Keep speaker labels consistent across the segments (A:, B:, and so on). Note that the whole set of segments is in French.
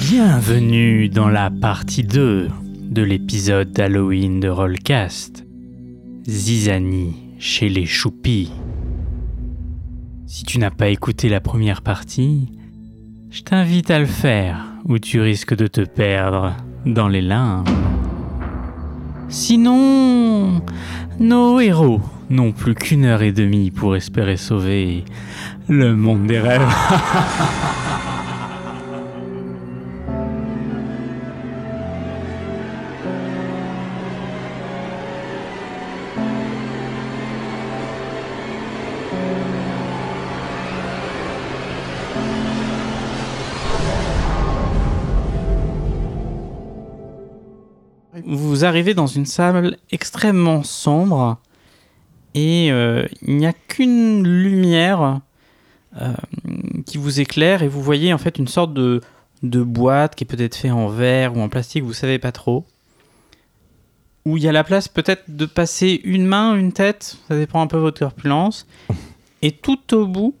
A: Bienvenue dans la partie 2 de l'épisode d'Halloween de Rollcast. Zizanie chez les choupis. Si tu n'as pas écouté la première partie, je t'invite à le faire ou tu risques de te perdre dans les limbes. Sinon, nos héros n'ont plus qu'une heure et demie pour espérer sauver le monde des rêves. Vous arrivez dans une salle extrêmement sombre et euh, il n'y a qu'une lumière euh, qui vous éclaire et vous voyez en fait une sorte de, de boîte qui est peut-être faite en verre ou en plastique, vous savez pas trop. Où il y a la place peut-être de passer une main, une tête, ça dépend un peu de votre corpulence. Et tout au bout,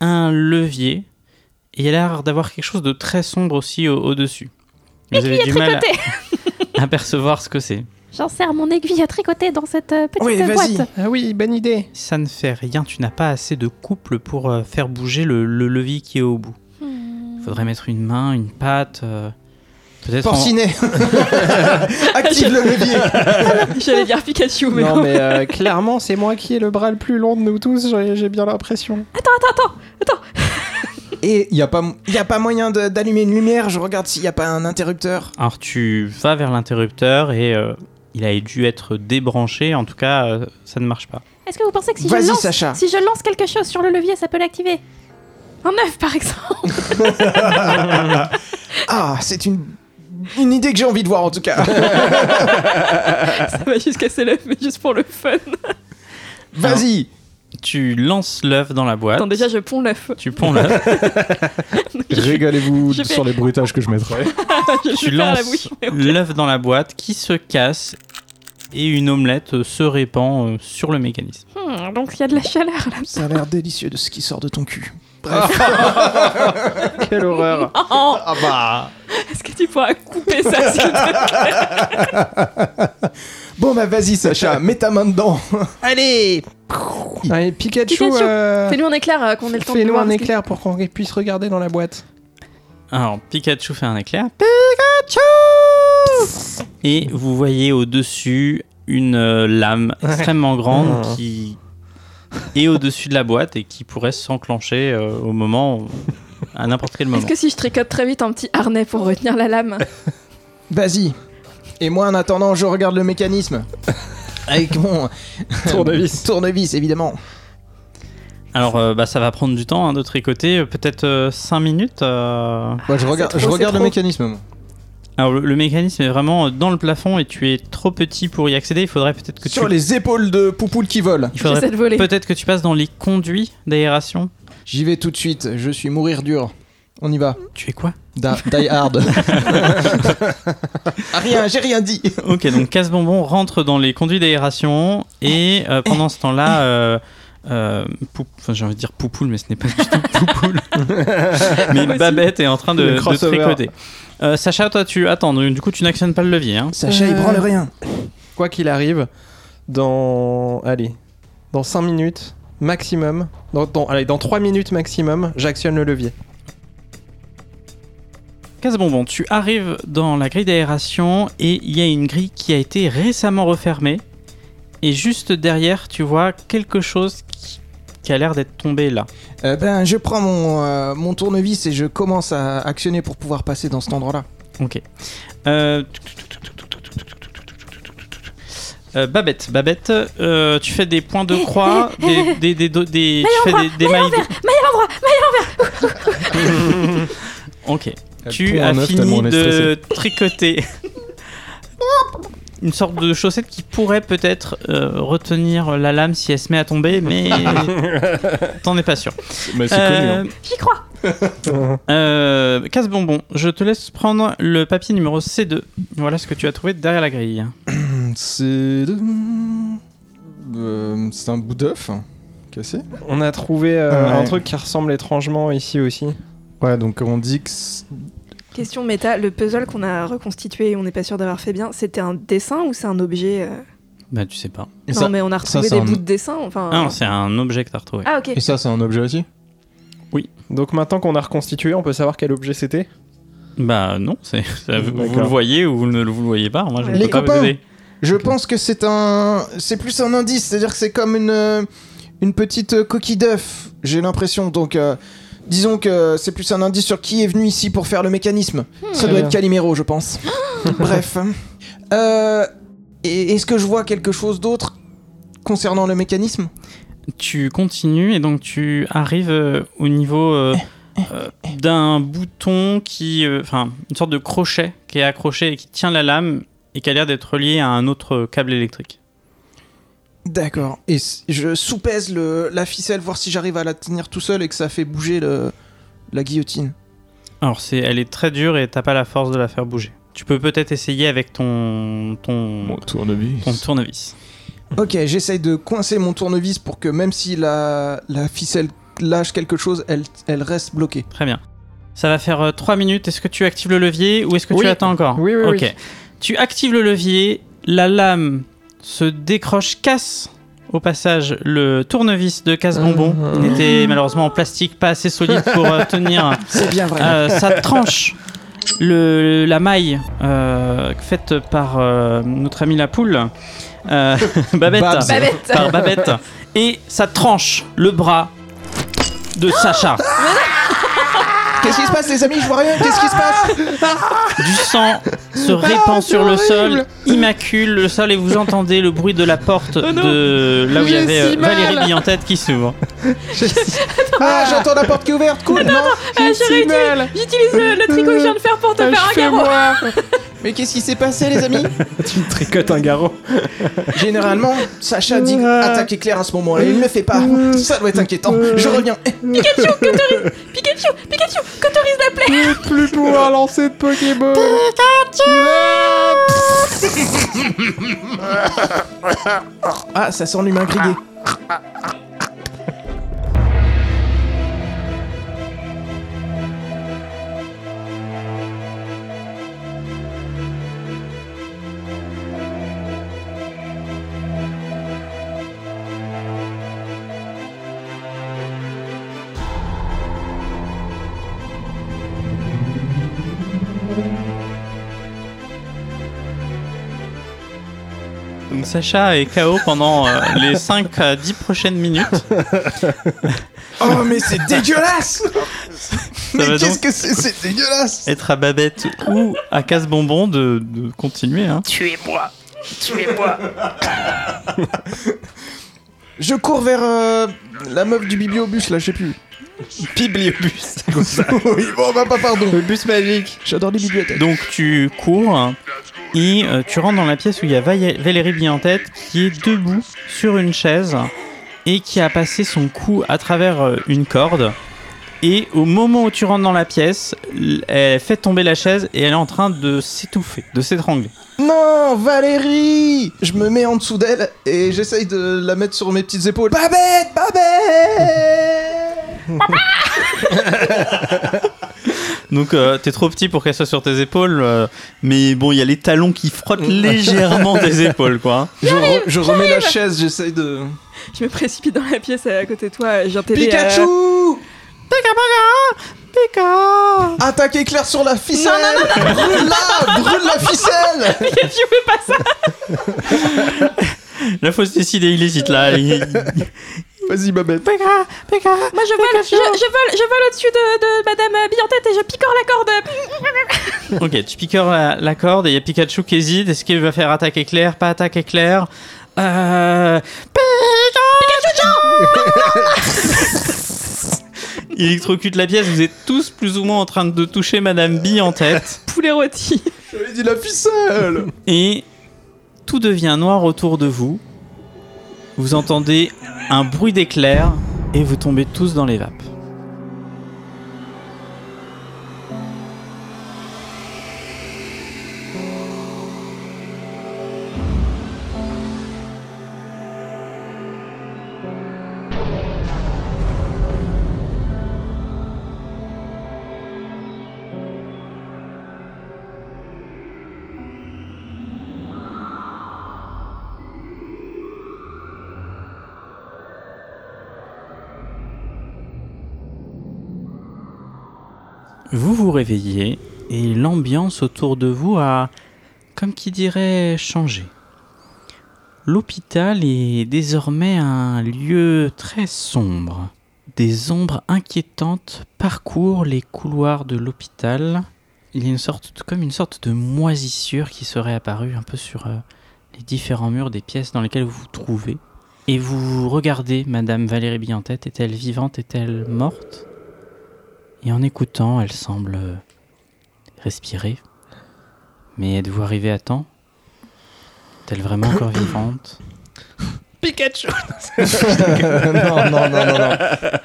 A: un levier. Et il y a l'air d'avoir quelque chose de très sombre aussi au- au-dessus.
B: Et
A: Vous avez
B: puis il
A: du
B: a
A: mal à-
B: tricoté.
A: apercevoir ce que c'est.
B: J'en sers mon aiguille à tricoter dans cette euh, petite
C: Oui, vas-y.
B: boîte.
C: Ah oui, bonne idée.
A: Ça ne fait rien, tu n'as pas assez de couple pour euh, faire bouger le, le levier qui est au bout.
D: Hmm.
A: Il faudrait mettre une main, une patte, euh, peut-être... en-
C: Porcinet. Active le levier.
D: J'allais dire Pikachu, mais
C: Non
D: non.
C: mais euh, clairement, c'est moi qui ai le bras le plus long de nous tous. J'ai j'ai bien l'impression.
D: Attends,
C: Et y a pas, y a pas moyen de- d'allumer une lumière. Je regarde s'il y a pas un interrupteur.
A: Alors tu vas vers l'interrupteur et euh, il a dû être débranché, en tout cas euh, ça ne marche pas.
B: Est-ce que vous pensez que si je,
C: Vas-y,
B: lance,
C: Sacha.
B: si je lance quelque chose sur le levier, ça peut l'activer Un œuf, par exemple
C: Ah, c'est une une idée que j'ai envie de voir en tout cas.
D: Ah, ça va juste casser l'œuf, mais juste pour le fun.
C: Vas-y.
A: Tu lances l'œuf dans la boîte,
D: Attends, déjà, je ponds l'œuf.
A: tu ponds l'œuf,
E: Régalez-vous
D: Je fais-
E: sur les bruitages que je mettrai.
D: je
A: tu
D: vais faire la
A: lances
D: bouche. mais ok.
A: l'œuf dans la boîte qui se casse et une omelette euh, se répand euh, sur le mécanisme.
B: Hmm, Donc il y a de la chaleur, là.
C: Ça a l'air délicieux de ce qui sort de ton cul. Bref.
E: Quelle horreur
D: Oh,
E: Ah bah
D: Est-ce que tu pourras couper ça s'il te plaît
C: Bon bah vas-y Sacha, mets ta main dedans. Allez. Allez Ah, Pikachu.
D: Pikachu,
C: euh,
D: Fais-nous un éclair euh, qu'on ait le temps de
C: Fais-nous
D: voir
C: un
D: ce que-
C: éclair pour qu'on puisse regarder dans la boîte.
A: Alors, Pikachu fait un éclair. Et vous voyez au-dessus une euh, lame extrêmement grande
C: Ah.
A: qui est au-dessus de la boîte et qui pourrait s'enclencher euh, au moment, où- à n'importe quel moment.
D: Est-ce que si je tricote très vite un petit harnais pour retenir la lame
C: Vas-y. Et moi, en attendant, je regarde le mécanisme. Avec mon
E: Tournevis.
C: tournevis, évidemment.
A: Alors, euh, bah, ça va prendre du temps hein, de tricoter, euh, peut-être 5 minutes. euh.
C: Moi, je regarde,
D: trop,
C: je
D: c'est
C: regarde le
D: trop.
C: mécanisme. moi.
A: Alors, le, le mécanisme est vraiment euh, dans le plafond et tu es trop petit pour y accéder. Il faudrait peut-être que
C: Sur
A: tu...
C: les épaules de Poupoule qui vole.
A: Il faudrait
D: J'essaie de voler.
A: peut-être que tu passes dans les conduits d'aération.
C: J'y vais tout de suite. Je suis mourir dur. On y va.
A: Tu es quoi
C: Da- die hard. Ah, rien, j'ai rien dit.
A: Ok, donc Casse-Bonbon rentre dans les conduits d'aération et euh, pendant ce temps-là, euh, euh, Pou- enfin, j'ai envie de dire Poupoule, mais ce n'est pas du tout Poupoule. mais Babette est en train de,
E: Le
A: de
E: crossover.
A: tricoter. Euh, Sacha, toi, tu attends, donc, du coup, tu n'actionnes pas le levier. Hein.
C: Sacha, il branle rien.
E: Quoi qu'il arrive, dans. Allez. Dans 5 minutes maximum. Dans, dans- allez, dans 3 minutes maximum, j'actionne le levier.
A: Casse-Bonbon, tu arrives dans la grille d'aération et il y a une grille qui a été récemment refermée. Et juste derrière, tu vois quelque chose qui, qui a l'air d'être tombé là.
C: Euh, ben, je prends mon, euh, mon tournevis et je commence à actionner pour pouvoir passer dans cet endroit-là.
A: Ok. Euh, euh, Babette, Babette, euh, tu fais des points de croix, des, des, des, des- des- tu fais des, des mailles. ok. Tu
E: pond
A: as
E: un œuf tellement
A: fini
E: on est
A: de
E: stressé.
A: tricoter une sorte de chaussette qui pourrait peut-être euh, retenir la lame si elle se met à tomber, mais t'en es pas sûr.
E: Mais c'est
A: Euh,
E: hein.
B: J'y crois
A: euh, Casse-bonbon, je te laisse prendre le papier numéro C2. Voilà ce que tu as trouvé derrière la grille.
E: C'est de-
C: Euh, c'est un bout d'œuf cassé.
E: On a trouvé euh,
C: Ah Ouais.
E: un truc qui ressemble étrangement ici aussi.
C: Ouais, donc on dit que
D: Question méta, le puzzle qu'on a reconstitué et on n'est pas sûr d'avoir fait bien, c'était un dessin ou c'est un objet euh
A: Bah, tu sais pas.
C: Et
D: Non,
C: ça-
D: mais on a
C: ça,
D: retrouvé
C: c'est
D: des
C: un-
D: bouts de dessin. Enfin...
A: Ah non, c'est un objet que t'as retrouvé.
D: Ah, ok.
C: Et ça, c'est un objet aussi
E: Donc maintenant qu'on a reconstitué, on peut savoir quel objet c'était
A: Bah non, c'est ça, vous, vous
E: D'accord.
A: le voyez ou vous ne le vous le voyez pas. Moi, je ne
D: Les
A: peux pas
C: copains.
A: vous aider.
C: Je pense que c'est un. C'est plus un indice, c'est-à-dire que c'est comme une. euh, Une petite euh, coquille d'œuf, j'ai l'impression. Donc, euh, disons que c'est plus un indice sur qui est venu ici pour faire le mécanisme. Ça
E: Très
C: doit
E: bien.
C: être Calimero, je pense. Bref. Euh, et- Est-ce que je vois quelque chose d'autre concernant le mécanisme
A: Tu continues et donc tu arrives euh, au niveau euh, euh, d'un bouton qui, euh, enfin, une sorte de crochet qui est accroché et qui tient la lame et qui a l'air d'être relié à un autre câble électrique.
C: D'accord. Et s- je soupèse le, la ficelle, voir si j'arrive à la tenir tout seul et que ça fait bouger le, la guillotine.
A: Alors c'est, elle est très dure et t'as pas la force de la faire bouger. Tu peux peut-être essayer avec ton ton,
F: tournevis.
A: ton tournevis.
C: Ok, j'essaye de coincer mon tournevis pour que même si la, la ficelle lâche quelque chose, elle, elle reste bloquée.
A: Très bien. Ça va faire 3 minutes. Est-ce que tu actives le levier ou est-ce que
E: Oui.
A: tu attends encore
E: Oui, oui,
A: Ok.
E: oui.
A: Tu actives le levier, la lame se décroche, casse au passage le tournevis de casse bonbon.
E: Uh-huh.
A: Il était malheureusement en plastique, pas assez solide pour euh, tenir.
C: C'est bien vrai.
A: Euh, ça tranche le, la maille euh, faite par euh, notre ami la poule, euh, Babette.
C: Babs.
D: Babette
A: Par Babette. Et ça tranche le bras de Sacha.
C: Qu'est-ce qui se passe, les amis Je vois rien. Qu'est-ce qui se passe
A: Du sang se répand
C: Ah, c'est
A: sur le
C: horrible.
A: sol, immacule le sol et vous entendez le bruit de la porte
C: Oh
A: de là où il y
E: J'ai
A: avait euh,
E: si mal.
A: Valérie Billantette qui s'ouvre.
C: Ah, j'entends la porte qui est ouverte. Cool, non
D: Ah, j'ai réussi. J'utilise euh, le, le tricot que je viens de faire pour
C: Ah,
E: Ah,
D: te faire un garrot
C: Mais qu'est-ce qui s'est passé, les amis
E: Tu me tricotes un garrot.
C: Généralement, Sacha dit attaque éclair à ce moment-là. Il ne le fait pas. Ça doit être inquiétant. Je reviens. Eh.
D: Pikachu Pikachu Que t'autorises d'appeler
E: Plus pouvoir lancer de Pokémon.
C: Ah, ça sent l'humain grillé.
A: Donc Sacha est KO pendant euh, les 5 à 10 prochaines minutes.
C: Oh, mais c'est dégueulasse Mais
A: va
C: qu'est-ce
A: donc
C: que c'est C'est dégueulasse
A: Être à Babette ou à Casse-Bonbon de, de continuer. Hein.
C: Je cours vers euh, la meuf du bibliobus, là, je sais plus.
E: Bibliobus.
C: oui, bon, bah, pas pardon.
E: Le bus magique.
C: J'adore les bibliothèques.
A: Donc tu cours hein, et euh, tu rentres dans la pièce où il y a Vaille- Valérie Billantette qui est debout sur une chaise et qui a passé son cou à travers euh, une corde. Et au moment où tu rentres dans la pièce, l- elle fait tomber la chaise et elle est en train de s'étouffer, de s'étrangler.
C: Non, Valérie Je me mets en dessous d'elle et j'essaye de la mettre sur mes petites épaules. Babette Babette
A: Donc euh, t'es trop petit pour qu'elle soit sur tes épaules, euh, mais bon, il y a les talons qui frottent légèrement tes épaules, quoi.
C: je, re- je remets la chaise, j'essaye de.
D: Je me précipite dans la pièce à côté de toi, je viens
E: Eh
D: t'aider à-
C: Pikachu Attaque éclair sur la ficelle Brûle-la Brûle la ficelle
D: Pikachu, fais pas ça
A: La fausse décidée, il hésite là. il-
C: Vas-y, Babette.
D: Moi je vole, je, je vole, je vole au-dessus de, de Madame euh, Billantette et je picore la corde
A: Ok, tu piqueurs la, la corde et il y a Pikachu qui hésite. Est-ce qu'il va faire attaque éclair Pas attaque éclair Euh. Pikachu Il électrocute la pièce, vous êtes tous plus ou moins en train de toucher Madame Bee en tête.
D: Poulet rôti
C: J'avais dit la ficelle
A: Et tout devient noir autour de vous. Vous entendez un bruit d'éclair et vous tombez tous dans les vapes. Vous vous réveillez et l'ambiance autour de vous a, comme qui dirait, changé. L'hôpital est désormais un lieu très sombre. Des ombres inquiétantes parcourent les couloirs de l'hôpital. Il y a une sorte, de- comme une sorte de moisissure qui serait apparue un peu sur euh, les différents murs des pièces dans lesquelles vous vous trouvez. Et vous regardez Madame Valérie Billantette, est-elle vivante, est-elle morte Et en écoutant, elle semble euh, respirer. Mais êtes-vous arrivé à temps Est-elle vraiment encore vivante
E: Pikachu
C: non, non, non, non, non.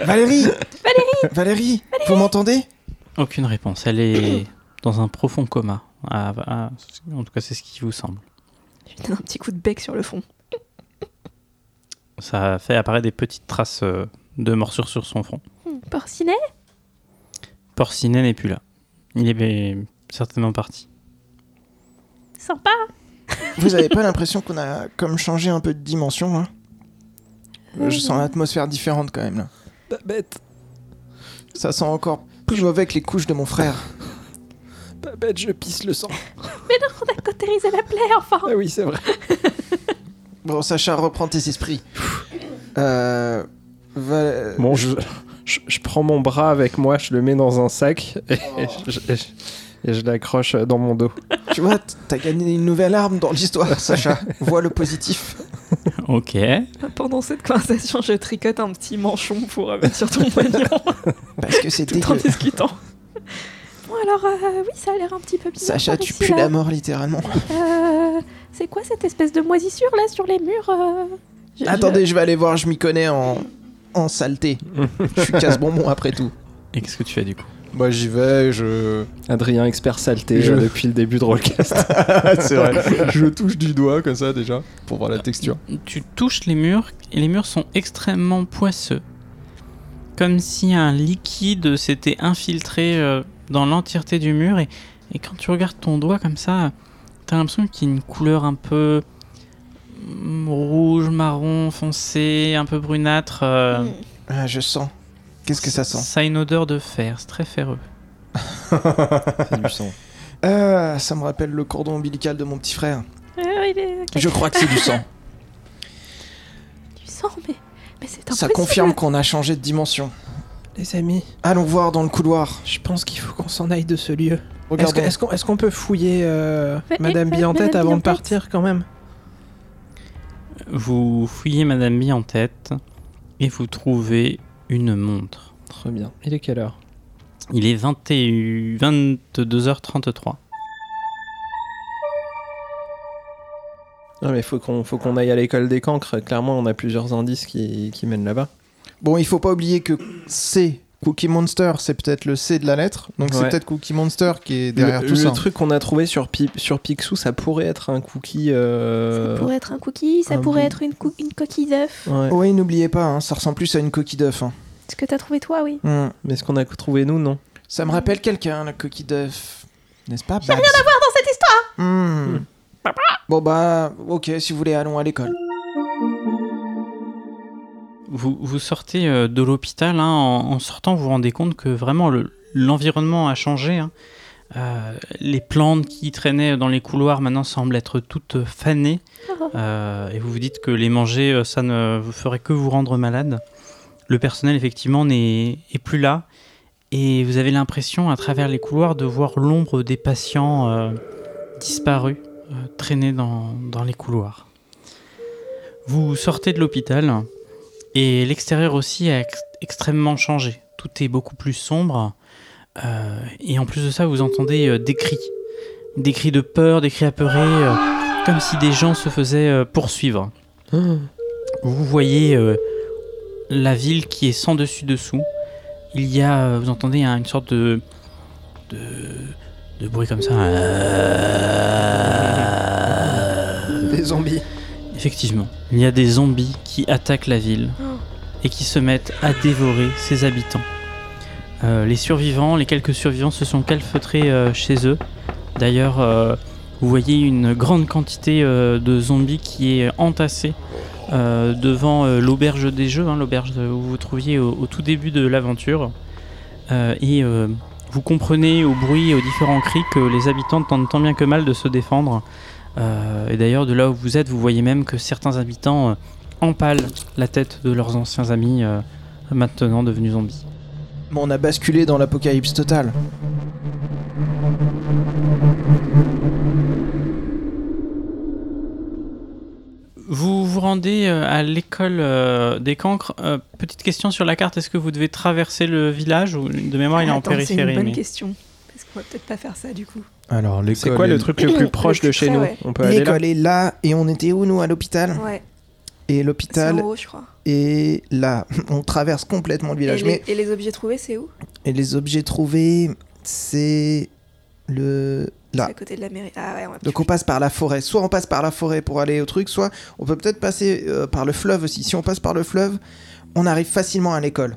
C: Valérie Valérie Valérie Vous m'entendez
A: Aucune réponse. Elle est dans un profond coma. Ah, ah, en tout cas, c'est ce qui vous semble.
D: Je lui donne un petit coup de bec sur le front.
A: Ça fait apparaître des petites traces euh, de morsures sur son front.
B: Porcinet
A: Porcinet n'est plus là. Il est euh, certainement parti.
B: Sympa
C: Vous avez pas l'impression qu'on a comme changé un peu de dimension hein Je sens l'atmosphère différente quand même là.
E: Babette,
C: Ça sent encore plus mauvais que les couches de mon frère.
E: Babette, je pisse le sang.
B: On a cautérisé la plaie, enfin
E: Ah oui, c'est vrai.
C: Bon, Sacha, reprends tes esprits. Euh. Va-
E: Bon, je, je, je prends mon bras avec moi, je le mets dans un sac et, je, et je- et je l'accroche dans mon dos.
C: Tu vois, t- t'as gagné une nouvelle arme dans l'histoire, Sacha. Vois le positif.
A: Ok.
D: Pendant cette conversation, je tricote un petit manchon pour euh, mettre sur ton poignon
C: Parce que c'est
D: tout en
C: dégueu.
D: discutant.
B: Bon alors, euh, oui, ça a l'air un petit peu bizarre
C: Sacha,
B: par
C: tu
B: ici,
C: pues
B: là.
C: la mort littéralement.
B: Euh, c'est quoi cette espèce de moisissure là sur les murs euh Je- je-
C: Attendez, je vais aller voir, je m'y connais en, en saleté. je suis casse-bonbon après tout.
A: Et qu'est-ce que tu fais du coup
C: Bah j'y vais, je...
E: Adrien, expert saleté
C: Je-
E: euh, depuis le début de Rollcast.
F: Ah,
C: c'est vrai. Je touche du doigt comme ça déjà, pour voir la texture.
A: Tu touches les murs et les murs sont extrêmement poisseux. Comme si un liquide s'était infiltré euh, dans l'entièreté du mur et, et quand tu regardes ton doigt comme ça, t'as l'impression qu'il y a une couleur un peu mm, rouge, marron, foncé, un peu brunâtre. euh,
D: Mm.
C: Ah, je sens. Qu'est-ce que ça sent
A: Ça a une odeur de fer, c'est très ferreux.
C: Ah, ça me rappelle le cordon ombilical de mon petit frère.
B: Euh, il est
C: Je crois que c'est du sang.
B: du sang, mais, mais c'est impossible.
C: Ça confirme qu'on a changé de dimension.
E: Les amis,
C: Allons voir dans le couloir.
E: je pense qu'il faut qu'on s'en aille de ce lieu. Est-ce que-
C: Regardons.
E: est-ce qu'on est-ce qu'on peut fouiller euh,
B: Ouais,
E: Madame
B: ouais,
E: Billantette
B: Madame
E: avant de
B: Billantette.
E: partir quand même
A: Vous fouillez Madame Bee en tête et vous trouvez une montre.
E: Très bien. Il est quelle heure
A: Il est 21 22h33.
E: Non mais faut qu'on faut qu'on aille à l'école des cancres. Clairement, on a plusieurs indices qui, qui mènent là-bas.
C: Bon, il faut pas oublier que C, Cookie Monster, c'est peut-être le C de la lettre. Donc c'est
E: Ouais.
C: peut-être Cookie Monster qui est derrière
E: le,
C: tout
E: le
C: ça.
E: truc qu'on a trouvé sur, Pi- sur Picsou, ça pourrait être un cookie. euh,
B: Ça pourrait être un cookie, ça
E: un
B: pourrait
E: bout.
B: être une, cou- une coquille d'œuf.
E: ouais.
C: Oui, n'oubliez pas, hein, ça ressemble plus à une coquille d'œuf. hein.
B: Ce que t'as trouvé toi, oui.
C: Hmm.
E: Mais ce qu'on a trouvé nous, non
C: Ça me rappelle quelqu'un, la coquille d'œuf. N'est-ce pas J'ai rien à voir
B: dans cette
C: histoire Bon bah, ok, si vous voulez, allons à l'école.
A: Vous, vous sortez euh, de l'hôpital, hein, en, en sortant vous vous rendez compte que vraiment le- l'environnement a changé. hein. Euh, les plantes qui traînaient dans les couloirs maintenant semblent être toutes euh, fanées.
B: Oh.
A: Euh, et vous vous dites que les manger, euh, ça ne vous ferait que vous rendre malade. Le personnel, effectivement, n'est est plus là. Et vous avez l'impression, à travers les couloirs, de voir l'ombre des patients euh, disparus, euh, traîner dans, dans les couloirs. Vous sortez de l'hôpital et l'extérieur aussi a ex- extrêmement changé. Tout est beaucoup plus sombre. euh, et en plus de ça, vous entendez euh, des cris. Des cris de peur, des cris apeurés. euh, comme si des gens se faisaient euh, poursuivre. Vous voyez euh, la ville qui est sans dessus dessous. Il y a, euh, vous entendez, hein, une sorte de, de de bruit comme ça.
E: Des zombies.
A: Effectivement, il y a des zombies qui attaquent la ville et qui se mettent à dévorer ses habitants. Euh, les survivants, les quelques survivants se sont calfeutrés euh, chez eux. D'ailleurs, euh, vous voyez une grande quantité euh, de zombies qui est entassée euh, devant euh, l'auberge des jeux, hein, l'auberge où vous vous trouviez au, au tout début de l'aventure. Euh, et euh, Vous comprenez au bruit et aux différents cris que les habitants tentent tant bien que mal de se défendre. Euh, et d'ailleurs, de là où vous êtes, vous voyez même que certains habitants euh, empalent la tête de leurs anciens amis, euh, maintenant devenus zombies.
C: Mais on a basculé dans l'apocalypse totale.
A: Vous vous rendez euh, à l'école euh, des cancres. Euh, petite question sur la carte, est-ce que vous devez traverser le village ou de mémoire il est en
B: Attends, c'est une
A: périphérie
B: bonne
A: mais-
B: question. Parce qu'on va peut-être pas faire ça du coup.
C: Alors, l'école.
E: C'est quoi le
C: est-
E: truc le plus proche de chez
D: Ah
E: nous
D: ouais.
E: On peut aller là
C: L'école est là et on était où nous à l'hôpital
D: Ouais,
C: Et
D: c'est en
C: l'hôpital
D: haut, je crois.
C: est là. On traverse complètement le
D: Et
C: village.
D: les,
C: Mais
D: et les objets trouvés, c'est où
C: Et les objets trouvés, c'est le
D: C'est
C: là.
D: à côté de la mairie. Ah ouais, on va
C: Donc on passe par la forêt. Soit on passe par la forêt pour aller au truc, soit on peut peut-être passer euh, par le fleuve aussi. Si on passe par le fleuve, on arrive facilement à l'école.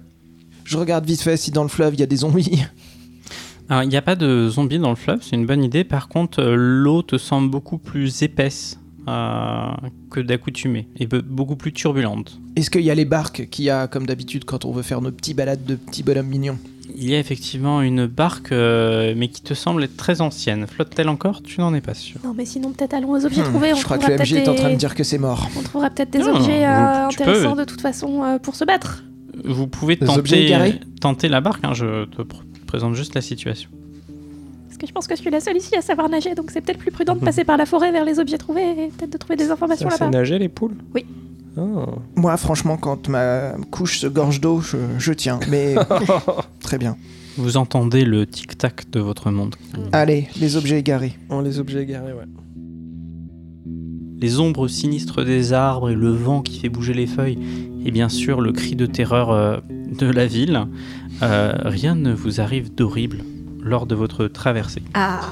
C: Je regarde vite fait si dans le fleuve il y a des zombies.
A: Alors, Il n'y a pas de zombies dans le fleuve, c'est une bonne idée. Par contre, euh, l'eau te semble beaucoup plus épaisse euh, que d'accoutumée et be- beaucoup plus turbulente.
C: Est-ce qu'il y a les barques qu'il y a comme d'habitude quand on veut faire nos petits balades de petits bonhommes mignons
A: Il y a effectivement une barque, euh, mais qui te semble être très ancienne. Flotte-t-elle encore Tu n'en es pas sûr.
B: Non, mais sinon, peut-être allons aux objets
C: Hmm,
B: trouvés. On
C: Je crois que
B: trouvera
C: le MJ
B: peut-être
C: est en train de
B: des-
C: dire que c'est mort.
B: On trouvera peut-être des
A: Non,
D: Hum,
B: objets euh,
A: tu peux.
B: intéressants de toute façon euh, pour se battre.
A: Vous pouvez
C: Des objets
A: tenter,
C: égarés
A: tenter la barque, hein, je te pr- présente juste la situation.
B: Parce que je pense que je suis la seule ici à savoir nager, donc c'est peut-être plus prudent de passer par la forêt vers les objets trouvés et peut-être de trouver des informations
E: Ça, C'est
B: là-bas.
E: nager les poules
B: Oui.
E: Oh.
C: Moi franchement quand ma couche se gorge d'eau, je, je tiens. Mais très bien.
A: Vous entendez le tic-tac de votre monde.
C: Allez, les objets égarés.
E: On les objets égarés, ouais.
A: les ombres sinistres des arbres et le vent qui fait bouger les feuilles, et bien sûr le cri de terreur euh, de la ville, euh, rien ne vous arrive d'horrible lors de votre traversée.
D: Ah,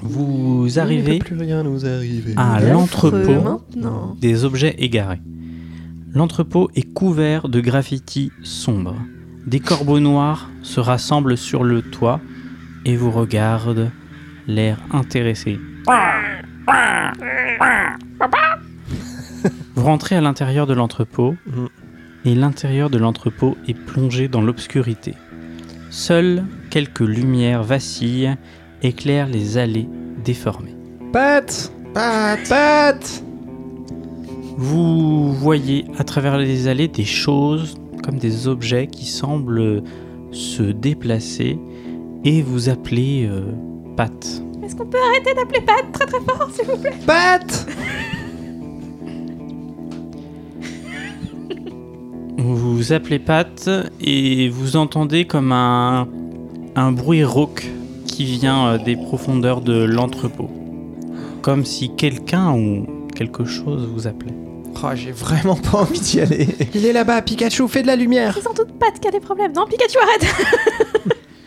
A: Vous arrivez
E: plus rien nous arriver.
A: à
D: affreux
A: l'entrepôt
D: maintenant.
A: des objets égarés. L'entrepôt est couvert de graffitis sombres. Des corbeaux noirs se rassemblent sur le toit et vous regardent l'air intéressé. Vous rentrez à l'intérieur de l'entrepôt
E: Mhm.
A: et l'intérieur de l'entrepôt est plongé dans l'obscurité. Seules quelques lumières vacillent, éclairent les allées déformées.
E: Pat
C: Pat
E: Pat
A: Vous voyez à travers les allées des choses comme des objets qui semblent se déplacer et vous appelez euh, Pat.
B: Est-ce qu'on peut arrêter d'appeler Pat très très fort, s'il vous plaît
E: Pat
A: Vous appelez Pat et vous entendez comme un, un bruit rauque qui vient euh, des profondeurs de l'entrepôt. Comme si quelqu'un ou quelque chose vous appelait.
C: Oh, j'ai vraiment pas envie d'y aller.
E: Il est là-bas, Pikachu, fais de la lumière
B: C'est sans doute Pat qui a des problèmes. Non, Pikachu, arrête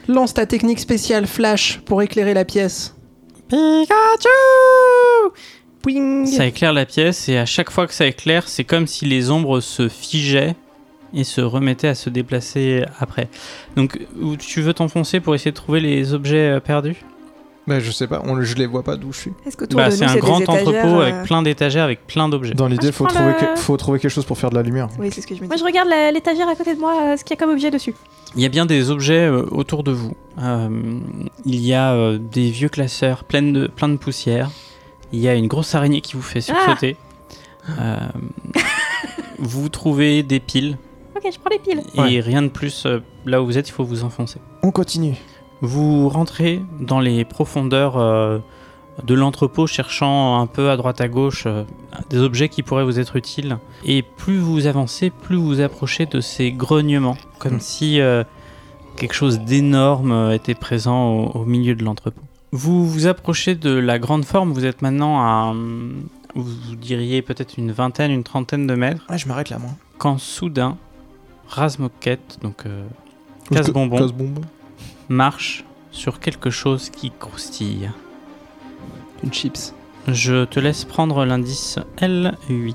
E: Lance ta technique spéciale Flash pour éclairer la pièce. Pikachu
A: Ça éclaire la pièce et à chaque fois que ça éclaire, c'est comme si les ombres se figeaient et se remettaient à se déplacer après. Donc où tu veux t'enfoncer pour essayer de trouver les objets euh, perdus
C: Bah je sais pas, on, je les vois pas d'où je suis.
D: Est-ce que
A: Bah,
D: de nous,
A: C'est un
D: des
A: grand
D: étagères,
A: entrepôt
D: euh,
A: avec plein d'étagères avec plein d'objets.
C: Dans l'idée,
B: Ah, je
C: faut
B: prends
C: trouver,
B: le-
C: que- faut trouver quelque chose pour faire de la lumière.
D: Oui, c'est ce que je me
B: Moi,
D: dis.
B: je regarde la- l'étagère à côté de moi, euh, ce qu'il y a comme objet dessus.
A: Il y a bien des objets euh, autour de vous. Euh, il y a euh, des vieux classeurs pleins de, plein de poussière. Il y a une grosse araignée qui vous
D: Ah
A: fait sursauter. Euh, vous trouvez des piles
B: Ok, je prends les piles.
A: et
C: Ouais.
A: rien de plus. euh, Là où vous êtes, il faut vous enfoncer.
C: On continue.
A: Vous rentrez dans les profondeurs euh, de l'entrepôt cherchant un peu à droite à gauche euh, des objets qui pourraient vous être utiles. Et plus vous avancez, plus vous approchez de ces grognements, comme
C: Mm.
A: si euh, quelque chose d'énorme euh, était présent au, au milieu de l'entrepôt. Vous vous approchez de la grande forme, vous êtes maintenant à, hum, vous diriez peut-être une vingtaine, une trentaine de mètres,
C: Ah, je m'arrête là, moi.
A: quand soudain, Razmoquette, donc euh, casse-bonbon,
C: bonbon.
A: marche sur quelque chose qui croustille.
E: Une chips.
A: Je te laisse prendre l'indice L8.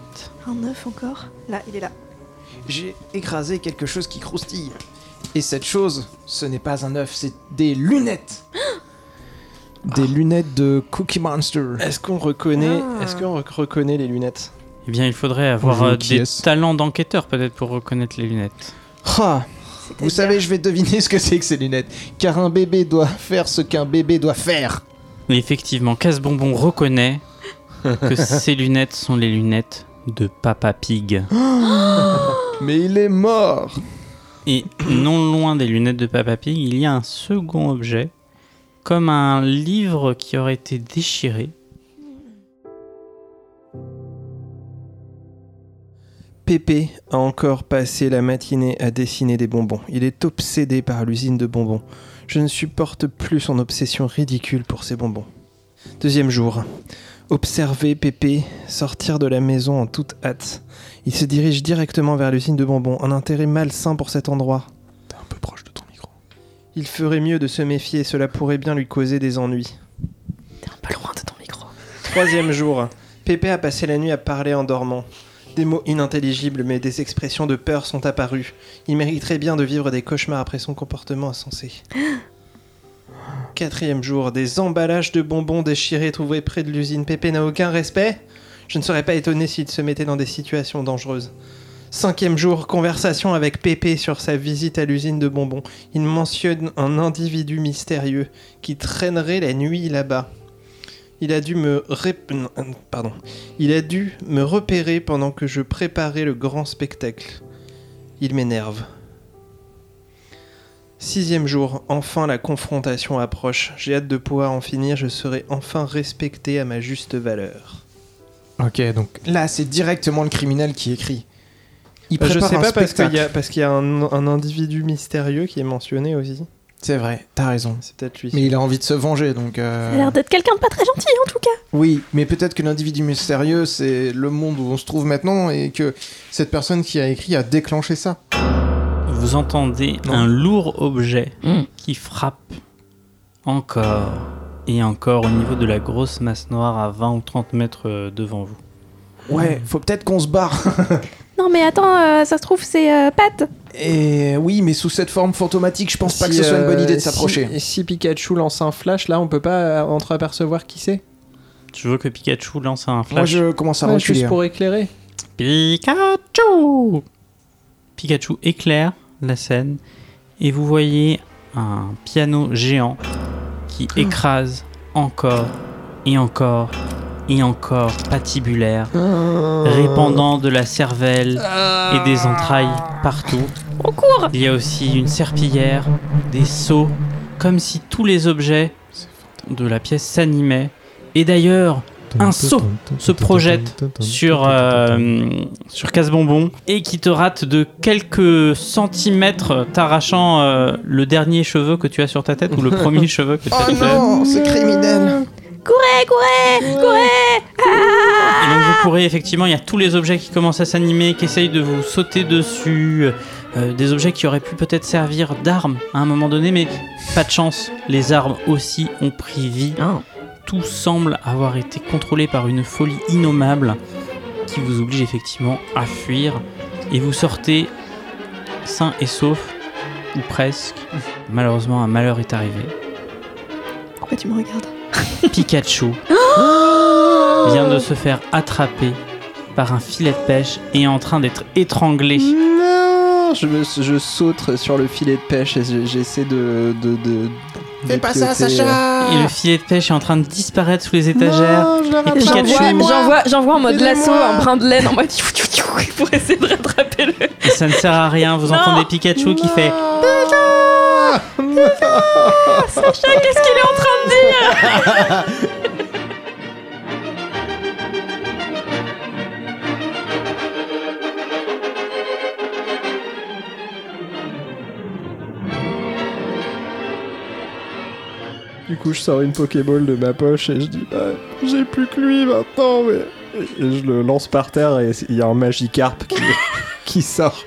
D: Un œuf encore Là, il est là.
C: J'ai écrasé quelque chose qui croustille. Et cette chose, ce n'est pas un œuf, c'est des lunettes. Des lunettes de Cookie Monster.
E: Est-ce qu'on reconnaît,
D: Ah.
E: est-ce qu'on rec- reconnaît les lunettes
A: Eh bien, il faudrait avoir
C: joue au
A: euh,
C: qui
A: des
C: est-ce
A: talents d'enquêteur peut-être pour reconnaître les lunettes.
C: Ah, Vous savez, je vais deviner ce que c'est que ces lunettes. Car un bébé doit faire ce qu'un bébé doit faire.
A: Mais effectivement, Casse-Bonbon reconnaît que ces lunettes sont les lunettes de Papa Pig.
C: Mais il est mort.
A: Et non loin des lunettes de Papa Pig, il y a un second objet, comme un livre qui aurait été déchiré.
E: Pépé a encore passé la matinée à dessiner des bonbons. Il est obsédé par l'usine de bonbons. Je ne supporte plus son obsession ridicule pour ces bonbons. Deuxième jour. Observer Pépé sortir de la maison en toute hâte. Il se dirige directement vers l'usine de bonbons, un intérêt malsain pour cet endroit.
F: T'es un peu proche de ton micro.
E: Il ferait mieux de se méfier, cela pourrait bien lui causer des ennuis.
D: T'es un peu loin de ton micro.
E: Troisième jour. Pépé a passé la nuit à parler en dormant. Des mots inintelligibles mais des expressions de peur sont apparues. Il mériterait bien de vivre des cauchemars après son comportement insensé. Quatrième jour, des emballages de bonbons déchirés trouvés près de l'usine. Pépé n'a aucun respect. Je ne serais pas étonné s'il se mettait dans des situations dangereuses. Cinquième jour, conversation avec Pépé sur sa visite à l'usine de bonbons. Il mentionne un individu mystérieux qui traînerait la nuit là-bas. Il a dû me rép- non, euh, pardon. Il a dû me repérer pendant que je préparais le grand spectacle. Il m'énerve. Sixième jour, enfin la confrontation approche. J'ai hâte de pouvoir en finir, je serai enfin respecté à ma juste valeur.
F: Ok, donc.
C: Là, c'est directement le criminel qui écrit. Il
E: Euh, je
C: prépare
E: sais
C: un
E: pas parce
C: spectacle.
E: qu'il y a, parce qu'il y a un, un individu mystérieux qui est mentionné aussi.
C: C'est vrai, t'as raison.
E: C'est peut-être lui.
C: Mais il a envie de se venger, donc. euh,
B: Ça a l'air d'être quelqu'un de pas très gentil hein. en tout cas.
C: Oui, mais peut-être que l'individu mystérieux, c'est le monde où on se trouve maintenant et que cette personne qui a écrit a déclenché ça.
A: Vous entendez
C: Non.
A: un lourd objet
C: Mmh.
B: Mm.
A: qui frappe encore et encore au niveau de la grosse masse noire à 20 ou 30 mètres euh, devant vous.
C: Ouais, faut peut-être qu'on se barre.
B: Non mais attends, euh, ça se trouve c'est euh, Pat.
C: Et oui, mais sous cette forme fantomatique, je pense pas
E: Si,
C: que ce soit une bonne
E: euh,
C: idée de
E: si-
C: s'approcher.
E: Et si Pikachu lance un flash, là, on peut pas euh, entre-apercevoir qui c'est
A: Tu veux que Pikachu lance un
C: Moi,
A: flash
C: Ah, je commence à
E: Ouais,
C: reculer.
E: Juste pour éclairer.
A: Pikachu Pikachu éclaire la scène et vous voyez un piano géant qui
C: Mmh.
A: écrase encore et encore et encore patibulaire,
C: Euh.
A: répandant de la cervelle et des entrailles partout.
B: On court.
A: Il y a aussi une serpillière, des seaux, comme si tous les objets de la pièce s'animaient. Et d'ailleurs, Un saut se projette sur, euh, sur Casse-Bonbon et qui te rate de quelques centimètres, t'arrachant euh, le dernier cheveu que tu as sur ta tête ou le premier cheveu que tu as
C: Oh
A: sur ta tête.
C: non, c'est criminel.
B: Courez, courez, courez.
A: Et donc vous pourrez effectivement, il y a tous les objets qui commencent à s'animer, qui essayent de vous sauter dessus, euh, des objets qui auraient pu peut-être servir d'armes à un moment donné, mais pas de chance, les armes aussi ont pris vie. Tout semble avoir été contrôlé par une folie innommable qui vous oblige effectivement à fuir et vous sortez sain et sauf, ou presque. Malheureusement, un malheur est arrivé.
D: Pourquoi tu me regardes
A: Pikachu
D: Oh
A: vient de se faire attraper par un filet de pêche et est en train d'être étranglé.
E: Non, je, me- je saute sur le filet de pêche et je- j'essaie de, de, de-
C: Fais
E: de
C: pas ça,
E: pioter, euh,
D: Ah.
C: Sacha.
A: Et le filet de pêche est en train de disparaître sous les étagères.
C: Non, je la
A: Et
C: rattrape.
A: Pikachu.
D: J'envoie j'envoie- j'envoie en mode
C: Aidez-moi.
D: lasso, un brin de laine en mode tiou, tiou, tiou, pour essayer de rattraper le.
A: Et ça ne sert à rien. Vous
D: Non.
A: entendez Pikachu qui fait
D: Qu'est-ce qu'il est en train de dire
F: Du coup, je sors une Pokéball de ma poche et je dis bah, J'ai plus que lui maintenant, mais. Et je le lance par terre et il y a un Magikarp qui, qui sort.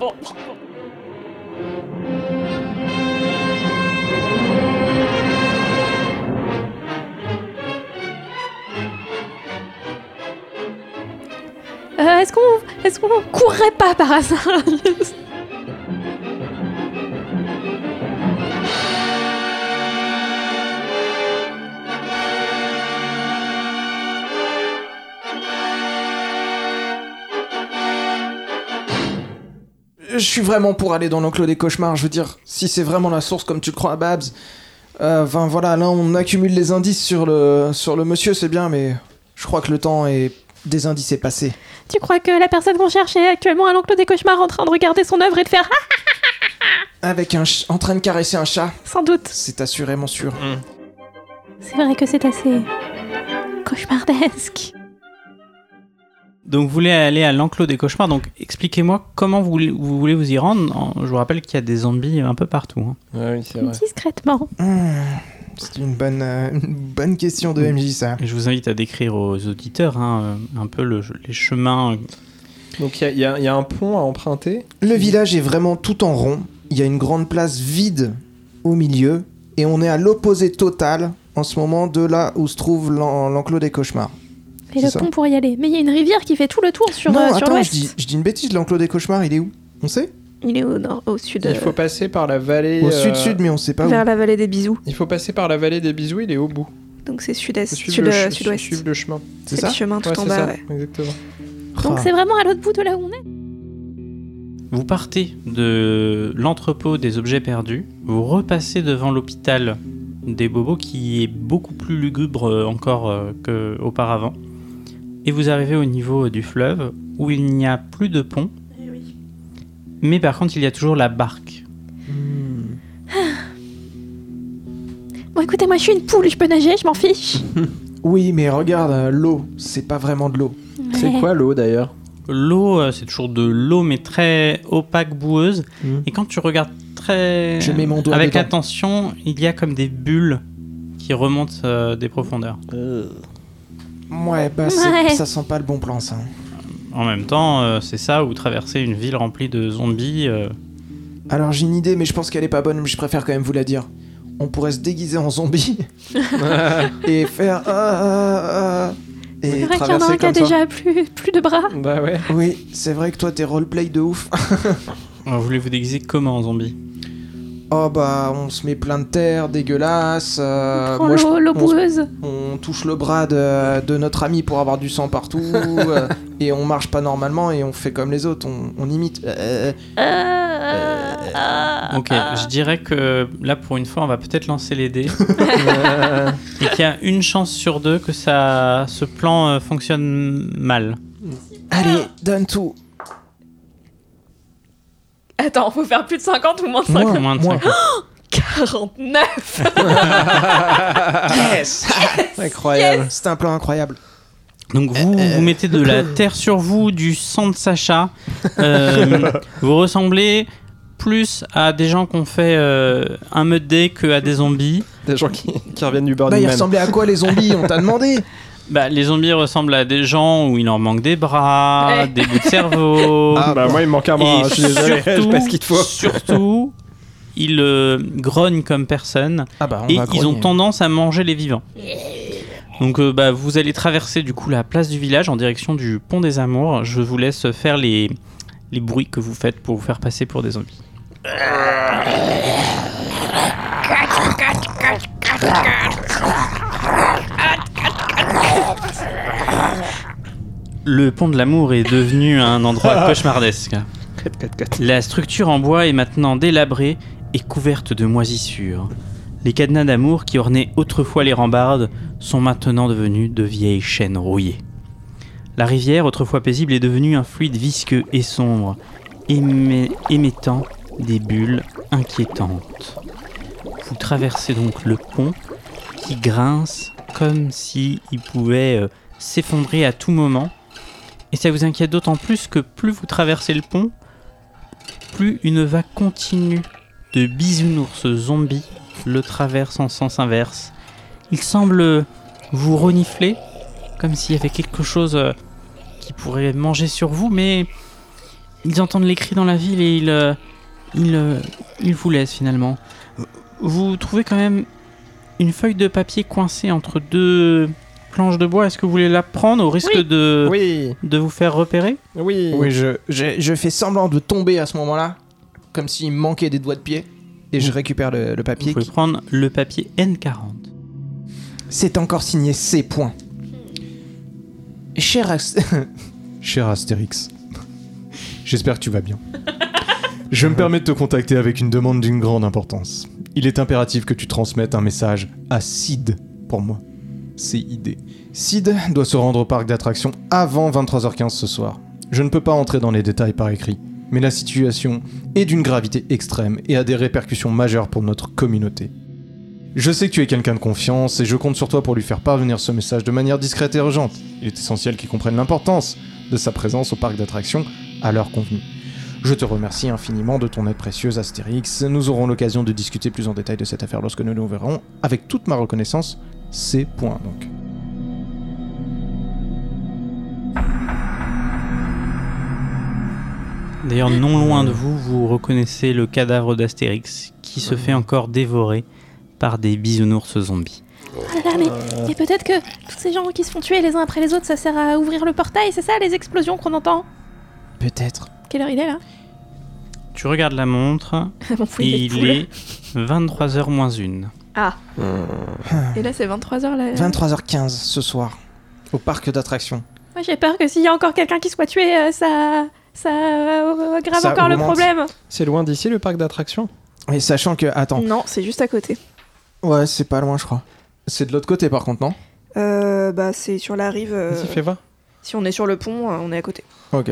D: Bon.
B: Euh, est-ce qu'on, est-ce qu'on courrait pas par hasard
C: je suis vraiment pour aller dans l'enclos des cauchemars. Je veux dire, si c'est vraiment la source comme tu le crois, Babs. euh, Enfin voilà, là on accumule les indices sur le, sur le monsieur, c'est bien, mais je crois que le temps est... des indices est passé.
B: Tu crois que la personne qu'on cherche est actuellement à l'enclos des cauchemars en train de regarder son œuvre et de faire Ah
C: Avec un ch- en train de caresser un chat,
B: Sans doute.
C: c'est assurément sûr.
B: C'est vrai que c'est assez. cauchemardesque.
A: Donc vous voulez aller à l'enclos des cauchemars, donc expliquez-moi comment vous, voulez- vous voulez vous y rendre. En- Je vous rappelle qu'il y a des zombies un peu partout. hein.
E: Ah oui, c'est
B: Discrètement.
C: Hmm, c'est une bonne, euh, une bonne question de MJ ça.
A: Et je vous invite à décrire aux auditeurs hein, euh, un peu le- les chemins.
E: Donc il y a- il y, a- il y a un pont à emprunter.
C: Le village est vraiment tout en rond. Il y a une grande place vide au milieu. Et on est à l'opposé total en ce moment de là où se trouve l'en- l'enclos des cauchemars.
B: Et
C: C'est
B: le
C: ça.
B: pont pour y aller. Mais il y a une rivière qui fait tout le tour sur,
C: non,
B: euh, sur
C: attends, je
B: l'ouest.
C: dis, je dis une bêtise, l'enclos des cauchemars, il est où On sait
D: Il est au nord, au sud.
E: Il
D: euh,
E: faut passer par la vallée.
C: Au
E: euh,
C: sud-sud, mais on sait pas où.
D: vers la vallée des bisous.
E: Il faut passer par la vallée des bisous, il est au bout.
D: Donc c'est sud-est,
E: Faut suivre
D: sud,
E: le
D: euh,
E: che-
D: sud-ouest.
E: suivre le chemin.
C: C'est
D: C'est
C: ça
D: le chemin tout
E: Ouais,
D: en
E: c'est
D: bas,
E: ça,
D: ouais.
E: Exactement.
B: Donc
C: Ah.
B: c'est vraiment à l'autre bout de là où on est.
A: Vous partez de l'entrepôt des objets perdus, vous repassez devant l'hôpital des bobos qui est beaucoup plus lugubre euh, encore euh, qu'auparavant, et vous arrivez au niveau du fleuve où il n'y a plus de pont,
D: Eh
A: mais par contre il y a toujours la barque.
B: Bon, écoutez, moi je suis une poule, je peux nager, je m'en fiche.
C: Oui, mais regarde, euh, l'eau, c'est pas vraiment de l'eau.
F: C'est
B: Ouais.
F: quoi l'eau d'ailleurs
A: L'eau, euh, c'est toujours de l'eau, mais très opaque, boueuse.
F: Mhm.
A: Et quand tu regardes très.
C: Mmh. Je mets mon doigt
A: Avec
C: dedans.
A: attention, il y a comme des bulles qui remontent euh, des profondeurs.
C: Ouais, bah c'est-
B: Ouais.
C: ça sent pas le bon plan, ça.
A: En même temps, euh, c'est ça, ou traverser une ville remplie de zombies. euh,
C: Alors j'ai une idée, mais je pense qu'elle est pas bonne, mais je préfère quand même vous la dire. On pourrait se déguiser en zombie et faire. ah, ah, ah,
B: C'est
C: et
B: vrai qu'il y en a un
C: traverser
B: qui a
C: comme ça. Euh,
B: déjà plus, plus de bras.
E: bah ouais.
C: Oui, c'est vrai que toi t'es roleplay de ouf.
A: alors, vous voulez vous déguiser comment en zombie
C: Oh bah on se met plein de terre, dégueulasse. euh,
B: Prends
C: moi, je-
B: Oh, l'eau l'eau
C: on se-
B: boueuse.
C: On touche le bras de, de notre ami pour avoir du sang partout, euh, et on marche pas normalement, et on fait comme les autres, on, on imite. Euh,
B: euh, Ah,
A: Ok, je dirais que là, pour une fois, on va peut-être lancer les dés. Euh, et qu'il y a une chance sur deux que ça, ce plan euh, fonctionne mal.
C: Allez, donne tout.
D: Attends, faut faire plus de 50 ou moins de 50
C: Moi,
A: Moins de
C: moi.
A: 50.
D: 49
C: Yes
E: Incroyable.
C: C'est un plan incroyable.
A: Donc vous, vous mettez de la terre sur vous, du sang de Sacha. Euh, vous ressemblez plus à des gens qu'on fait euh, un meute day que à des zombies.
E: Des gens qui, qui reviennent du
C: Bah,
E: Burning
C: il
E: Man.
C: ressemblait à quoi les zombies On t'a demandé
A: Bah, les zombies ressemblent à des gens où il leur manque des bras,
D: Ouais.
A: des bouts de cerveau.
C: Ah,
F: Bah, moi il me manque un bras,
A: et
F: je suis désolé, je sais
A: surtout,
F: pas ce qu'il te faut.
A: surtout, ils euh, grognent comme personne
C: Ah bah, on
A: et
C: va
A: ils ont
C: grogner.
A: tendance à manger les vivants. Donc euh, bah, vous allez traverser du coup la place du village en direction du pont des Amours. Je vous laisse faire les, les bruits que vous faites pour vous faire passer pour des zombies. Le pont de l'amour est devenu un endroit cauchemardesque. La structure en bois est maintenant délabrée et couverte de moisissures. Les cadenas d'amour qui ornaient autrefois les rambardes sont maintenant devenus de vieilles chaînes rouillées. La rivière, autrefois paisible, est devenue un fluide visqueux et sombre, émet- émettant des bulles inquiétantes. Vous traversez donc le pont qui grince comme s'il pouvait euh, s'effondrer à tout moment. Et ça vous inquiète d'autant plus que plus vous traversez le pont, plus une vague continue de bisounours zombies le traverse en sens inverse. Il semble vous renifler, comme s'il y avait quelque chose euh, qui pourrait manger sur vous, mais ils entendent les cris dans la ville et ils, euh, ils, euh, ils vous laissent finalement. Vous trouvez quand même une feuille de papier coincée entre deux planches de bois. Est-ce que vous voulez la prendre au risque de,
E: Oui,
A: de vous faire repérer
E: oui.
C: Oui, je, je, je fais semblant de tomber à ce moment-là, comme s'il me manquait des doigts de pied, et je récupère le, le
A: Vous
C: papier.
A: pouvez
C: qui-
A: prendre le papier N40.
C: C'est encore signé C. Points. Cher, As- Cher Astérix, j'espère que tu vas bien. Je me permets de te contacter avec une demande d'une grande importance. Il est impératif que tu transmettes un message à Sid pour moi. C-I-D. Sid doit se rendre au parc d'attractions avant 23h15 ce soir. Je ne peux pas entrer dans les détails par écrit, mais la situation est d'une gravité extrême et a des répercussions majeures pour notre communauté. Je sais que tu es quelqu'un de confiance et je compte sur toi pour lui faire parvenir ce message de manière discrète et urgente. Il est essentiel qu'il comprenne l'importance de sa présence au parc d'attractions à l'heure convenue. Je te remercie infiniment de ton aide précieuse, Astérix. Nous aurons l'occasion de discuter plus en détail de cette affaire lorsque nous nous verrons. Avec toute ma reconnaissance, ces points donc.
A: D'ailleurs, non loin de vous, vous reconnaissez le cadavre d'Astérix qui se fait encore dévorer par des bisounours zombies.
B: Ah là là, mais,
C: Euh.
B: mais peut-être que tous ces gens qui se font tuer les uns après les autres, ça sert à ouvrir le portail, c'est ça les explosions qu'on entend
C: Peut-être.
B: Quelle heure il est là
A: Tu regardes la montre
B: Mon
A: et
B: fouet de
A: il
B: poule.
A: est 23h moins 1.
D: Et là, c'est 23h
C: Euh.
D: là.
C: 23h15 ce soir, au parc d'attractions.
B: Moi j'ai peur que s'il y a encore quelqu'un qui soit tué, euh, ça. ça. euh, grave
C: Ça
B: encore le
C: augmente.
B: problème.
E: C'est loin d'ici le parc d'attractions
C: Et sachant que. Attends.
D: Non, c'est juste à côté.
C: Mm. Ouais, c'est pas loin, je crois. C'est de l'autre côté par contre, non
D: Euh, bah, c'est sur la rive. euh,
E: Vas-y, fais voir.
D: Si on est sur le pont, euh, on est à côté.
C: Ok.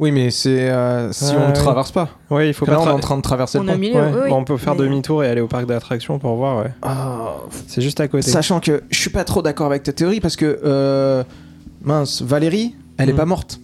C: Oui, mais c'est. euh, si
E: Ouais,
C: on
E: ouais.
C: traverse pas.
E: Ouais, il faut pas.
C: Là, on est
E: tra-
C: en train de traverser
D: on
C: le
D: est au
C: pont.
D: milieu.
E: Ouais,
D: oui, oui.
E: bah, on peut faire
D: Mais, Oh.
E: demi-tour et aller au parc d'attractions pour voir, ouais.
C: Ah,
E: C'est juste à côté.
C: Sachant que je suis pas trop d'accord avec ta théorie parce que euh, mince, Valérie, elle est
E: Hmm.
C: pas morte.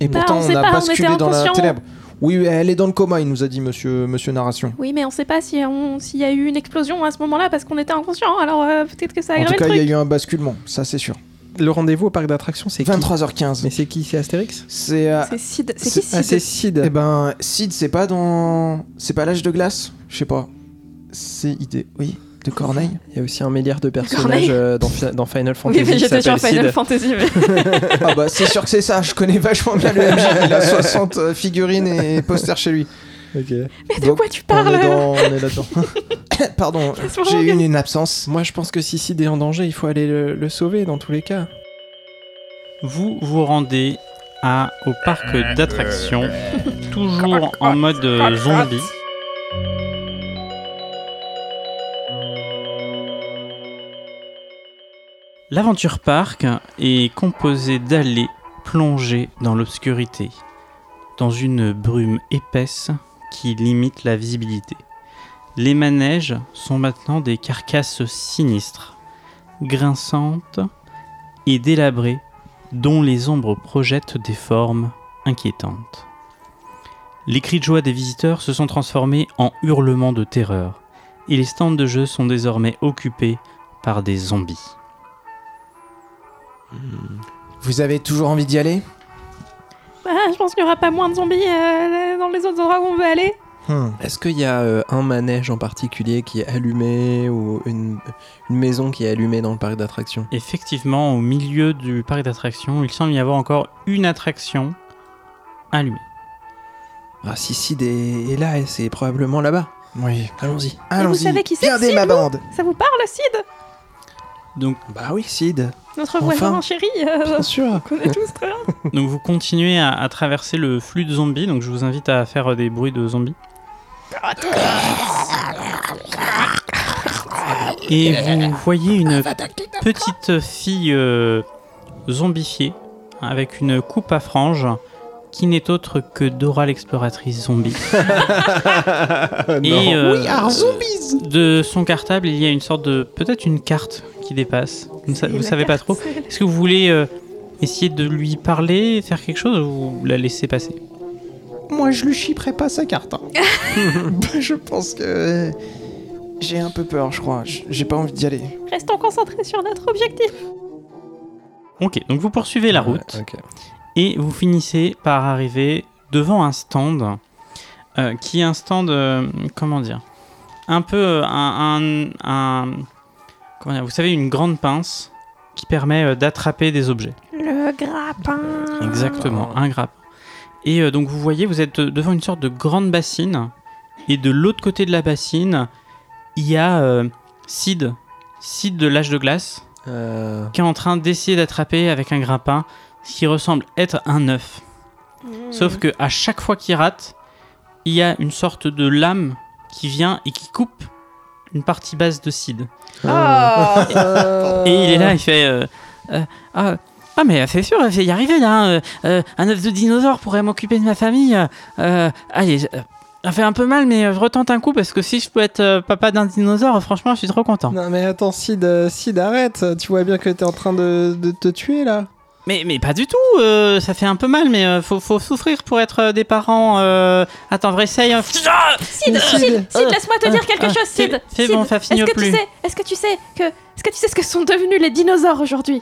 C: Et
B: Bah,
C: pourtant,
B: on
C: on,
B: sait
C: a
B: pas, on
C: basculé
B: était
C: dans la
B: inconscient.
C: ténèbre. Oui, mais elle est dans le coma, il nous a dit monsieur, monsieur narration.
B: Oui, mais on sait pas si on- s'il y a eu une explosion à ce moment-là parce qu'on était inconscient, alors euh, peut-être que ça a
C: En tout
B: aggravé
C: cas,
B: le
C: il y a
B: truc.
C: eu un basculement, ça c'est sûr.
E: Le rendez-vous au parc d'attractions, c'est qui
C: 23h15.
E: Mais c'est qui C'est Astérix
C: C'est euh,
D: C'est Sid. C'est
C: c'est-
D: qui
E: Ah,
D: Sid
E: c'est Sid.
C: eh ben Sid, c'est pas dans c'est pas l'âge de glace, je sais pas. C'est idée, oui, de Corneille.
E: Il y a aussi un milliard de personnages
D: Corneille.
E: euh, dans, Fi- dans Final Fantasy.
D: Oui, mais
E: qui
D: j'étais sur
E: s'appellent
D: Final
E: Sid.
D: Fantasy.
C: ah bah c'est sûr que c'est ça, je connais vachement bien le MJ, il a 60 euh, figurines et posters chez lui.
F: Ok.
B: Mais de
C: Donc,
B: quoi tu
C: On
B: parles
C: est dans- on est là-dedans. Pardon,
B: Qu'est-ce qu'on
C: j'ai eu
B: regarde
C: une, une absence.
E: Moi, je pense que si Sid est en danger, il faut aller le, le sauver dans tous les cas.
A: Vous vous rendez à, au parc d'attractions, toujours en mode euh, zombie. L'aventure parc est composée d'allées plongées dans l'obscurité, dans une brume épaisse qui limite la visibilité. Les manèges sont maintenant des carcasses sinistres, grinçantes et délabrées dont les ombres projettent des formes inquiétantes. Les cris de joie des visiteurs se sont transformés en hurlements de terreur, et les stands de jeu sont désormais occupés par des zombies.
C: Vous avez toujours envie d'y aller
B: Ah, Je pense qu'il y aura pas moins de zombies euh, dans les autres endroits où on veut aller.
C: Hmm.
E: Est-ce qu'il y a euh, un manège en particulier qui est allumé ou une, une maison qui est allumée dans le parc d'attractions
A: Effectivement, au milieu du parc d'attractions, il semble y avoir encore une attraction allumée.
E: Ah, si Sid est, est là, et c'est probablement là-bas.
C: Oui.
E: Allons-y.
B: Et vous savez qui c'est que
C: Regardez
B: Sid,
C: ma
B: vous
C: bande.
B: Ça vous parle, Sid
A: Donc,
E: Bah oui, Sid.
B: Notre
E: Enfin.
B: voisin chéri, euh,
E: Bien sûr.
B: on connaît tous très bien.
A: donc vous continuez à, à traverser le flux de zombies, donc je vous invite à faire euh, des bruits de zombies. Et vous voyez une petite fille euh, zombifiée avec une coupe à franges qui n'est autre que Dora l'exploratrice zombie. Et euh, de son cartable, il y a une sorte de peut-être une carte qui dépasse. Vous ne sa-
B: Et
A: vous
B: la
A: savez pas
B: carte,
A: trop.
B: c'est-
A: Est-ce que vous voulez euh, essayer de lui parler, faire quelque chose ou la laisser passer
C: Moi, je lui chipperai pas sa carte. hein. je pense que j'ai un peu peur, je crois. J- J'ai pas envie d'y aller.
B: Restons concentrés sur notre objectif.
A: Ok, donc vous poursuivez la route. Et vous finissez par arriver devant un stand euh, qui est un stand, euh, comment dire, un peu euh, un, un- un- comment dire, vous savez, une grande pince qui permet euh, d'attraper des objets.
B: Le grappin.
A: Exactement, un grappin. Et euh, donc vous voyez, vous êtes devant une sorte de grande bassine, et de l'autre côté de la bassine, il y a euh, Sid, Sid de l'âge de glace,
E: Euh,
A: qui est en train d'essayer d'attraper avec un grappin ce qui ressemble être un œuf. Sauf que à chaque fois qu'il rate, il y a une sorte de lame qui vient et qui coupe une partie basse de Sid.
D: Ah
A: Et il est là, il fait euh, euh, ah, ah, mais c'est sûr, je vais y arriver là. hein, euh, un œuf de dinosaure pourrait m'occuper de ma famille. euh, euh, allez, je- euh, ça fait un peu mal, mais euh, je retente un coup parce que si je peux être euh, papa d'un dinosaure, euh, franchement, je suis trop content.
E: Non mais attends, Sid, euh, Sid, arrête. Tu vois bien que t'es en train de, de te tuer là.
A: Mais, mais pas du tout, euh, ça fait un peu mal, mais euh, faut, faut souffrir pour être euh, des parents. euh, Attends, réessaye. euh,
D: Sid,
E: Mais
D: Sid,
E: Sid-
D: Sid,
A: Ah,
D: laisse-moi te
A: ah,
D: dire quelque
A: ah,
D: chose,
A: c'est-
D: Sid.
A: c'est
D: Sid,
A: bon, ça
D: Est-ce
A: finit
D: que
A: plus.
D: tu sais, est-ce que tu sais que, est-ce que tu sais ce que sont devenus les dinosaures aujourd'hui